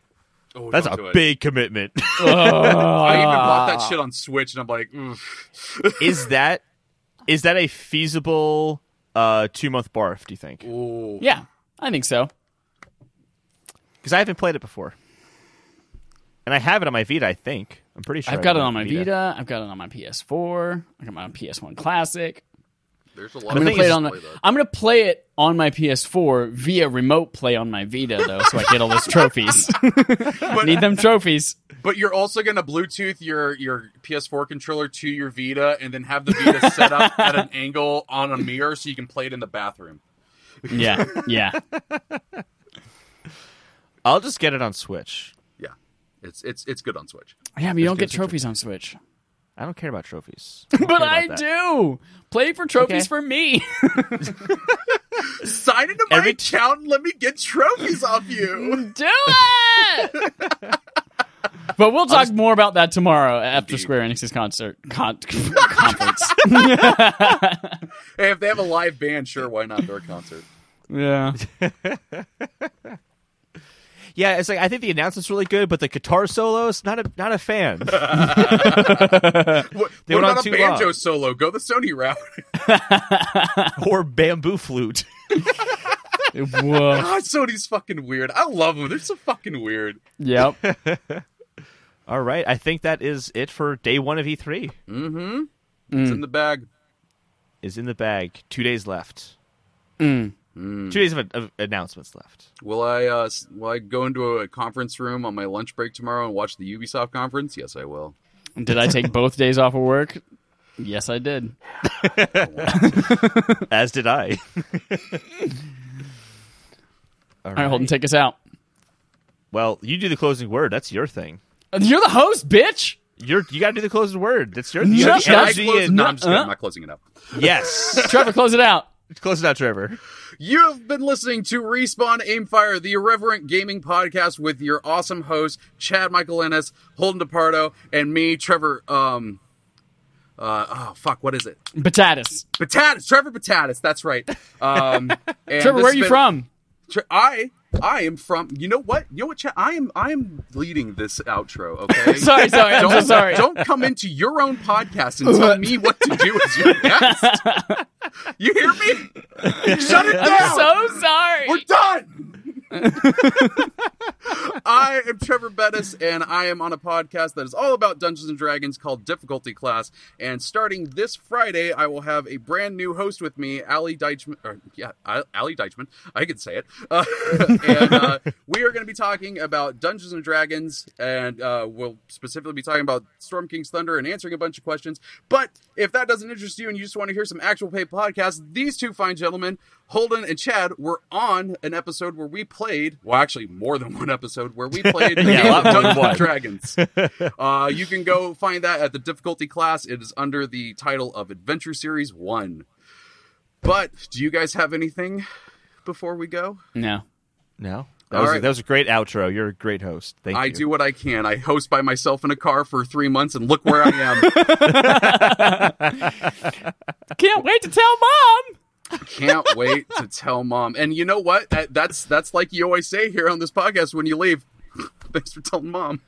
Speaker 3: Oh,
Speaker 1: That's
Speaker 3: don't
Speaker 1: a
Speaker 3: do it.
Speaker 1: big Ah. commitment.
Speaker 3: I even bought that shit on Switch, and I'm like, Oof.
Speaker 1: is that is that a feasible uh, two month barf? Do you think?
Speaker 3: Ooh.
Speaker 2: Yeah, I think so.
Speaker 1: because I haven't played it before, and I have it on my Vita. I think I'm pretty sure
Speaker 2: I've got it on my Vita. I've got it on my PS4. I got my PS1 Classic.
Speaker 3: There's a lot
Speaker 2: I'm
Speaker 1: The
Speaker 2: gonna
Speaker 1: thing
Speaker 2: play
Speaker 1: is-
Speaker 2: it on. The, I'm gonna play it on my PS4 via remote play on my Vita though, so I get all those trophies. Need them trophies.
Speaker 3: But you're also going to Bluetooth your your PS4 controller to your Vita, and then have the Vita set up at an angle on a mirror so you can play it in the bathroom.
Speaker 2: Yeah, yeah.
Speaker 1: I'll just get it on Switch.
Speaker 3: Yeah, it's it's it's good on Switch.
Speaker 2: Yeah, but you don't
Speaker 1: good
Speaker 2: get trophies on Switch.
Speaker 1: I don't care about trophies,
Speaker 2: But I do. Play for trophies
Speaker 1: Okay.
Speaker 2: for me.
Speaker 3: Sign into my
Speaker 1: Every t-
Speaker 3: account and let me get trophies off you.
Speaker 2: do it. but we'll talk more about that tomorrow after
Speaker 3: Indeed.
Speaker 2: Square Enix's concert con- conference.
Speaker 3: hey, if they have a live band, sure, why not their concert?
Speaker 2: yeah.
Speaker 1: Yeah, it's like I think the announcement's really good, but the guitar solos not a not a fan.
Speaker 3: What,
Speaker 1: They
Speaker 3: what
Speaker 1: went on
Speaker 3: about a
Speaker 1: too
Speaker 3: banjo
Speaker 1: long.
Speaker 3: solo? Go the Sony route.
Speaker 1: or bamboo flute.
Speaker 2: Whoa.
Speaker 3: God, Ah, Sony's fucking weird. I love them. They're so fucking weird.
Speaker 2: Yep.
Speaker 1: All right, I think that is it for day one of E E3.
Speaker 3: It's
Speaker 1: Mm.
Speaker 3: in the bag.
Speaker 1: Is in the bag. Two days left.
Speaker 2: Mm.
Speaker 1: Two days of, of announcements left.
Speaker 3: Will I? Uh, s- will I go into a conference room on my lunch break tomorrow and watch the Ubisoft conference? Yes, I will.
Speaker 2: Did I take both days off of work? Yes, I did.
Speaker 1: As did I. All
Speaker 2: All right, Holden, take us out.
Speaker 1: Well, you do the closing word. That's your thing.
Speaker 2: You're the host, bitch.
Speaker 1: You're you got to do the closing word. That's your.
Speaker 2: Should-
Speaker 1: you have the
Speaker 2: should I
Speaker 1: energy
Speaker 3: close-
Speaker 1: and-
Speaker 3: no, I'm just kidding.
Speaker 2: uh,
Speaker 3: I'm not closing it up.
Speaker 1: yes.
Speaker 2: Trevor, close it out.
Speaker 1: Close enough, Trevor.
Speaker 3: You have been listening to Respawn Aimfire, the irreverent gaming podcast with your awesome hosts, Chad Michael Ennis, Holden DePardo, and me, Trevor. Um, uh, oh fuck, what is it?
Speaker 2: Batatas.
Speaker 3: Batatas, Trevor Batatas. That's right. Um, and
Speaker 2: Trevor,
Speaker 3: this
Speaker 2: where are
Speaker 3: has
Speaker 2: you
Speaker 3: been-
Speaker 2: from?
Speaker 3: Tre- I I am from. You know what? You know what? Chad? I am I am leading this outro. Okay.
Speaker 2: Sorry, sorry. I'm so sorry.
Speaker 3: Don't come into your own podcast and tell me what to do as your guest. You hear me? Shut it down.
Speaker 2: I'm so sorry.
Speaker 3: We're done. I am Trevor Bettis, and I am on a podcast that is all about Dungeons and Dragons called Difficulty Class. And starting this Friday, I will have a brand new host with me, Ali Deichman. Or, yeah, I- Ali Deichman. I can say it. Uh, and uh, we are going to be talking about Dungeons and Dragons, and uh, we'll specifically be talking about Storm King's Thunder and answering a bunch of questions. But if that doesn't interest you and you just want to hear some actual play podcasts, these two fine gentlemen, Holden and Chad, were on an episode where we played, well, actually, more than one episode where we played the
Speaker 1: Yeah, a
Speaker 3: game
Speaker 1: lot more than
Speaker 3: of Dungeons
Speaker 1: one.
Speaker 3: and Dragons. Uh, you can go find that at the difficulty class. It is under the title of Adventure Series 1. But do you guys have anything before we go?
Speaker 2: no.
Speaker 1: No. That
Speaker 3: All
Speaker 1: was,
Speaker 3: right.
Speaker 1: that was a great outro. You're a great host. Thank
Speaker 3: I
Speaker 1: you.
Speaker 3: do what I can. I host by myself in a car for three months, and look where I am.
Speaker 2: Can't wait to tell mom.
Speaker 3: Can't wait to tell mom. And you know what? That- That's that's like you always say here on this podcast when you leave. Thanks for telling mom.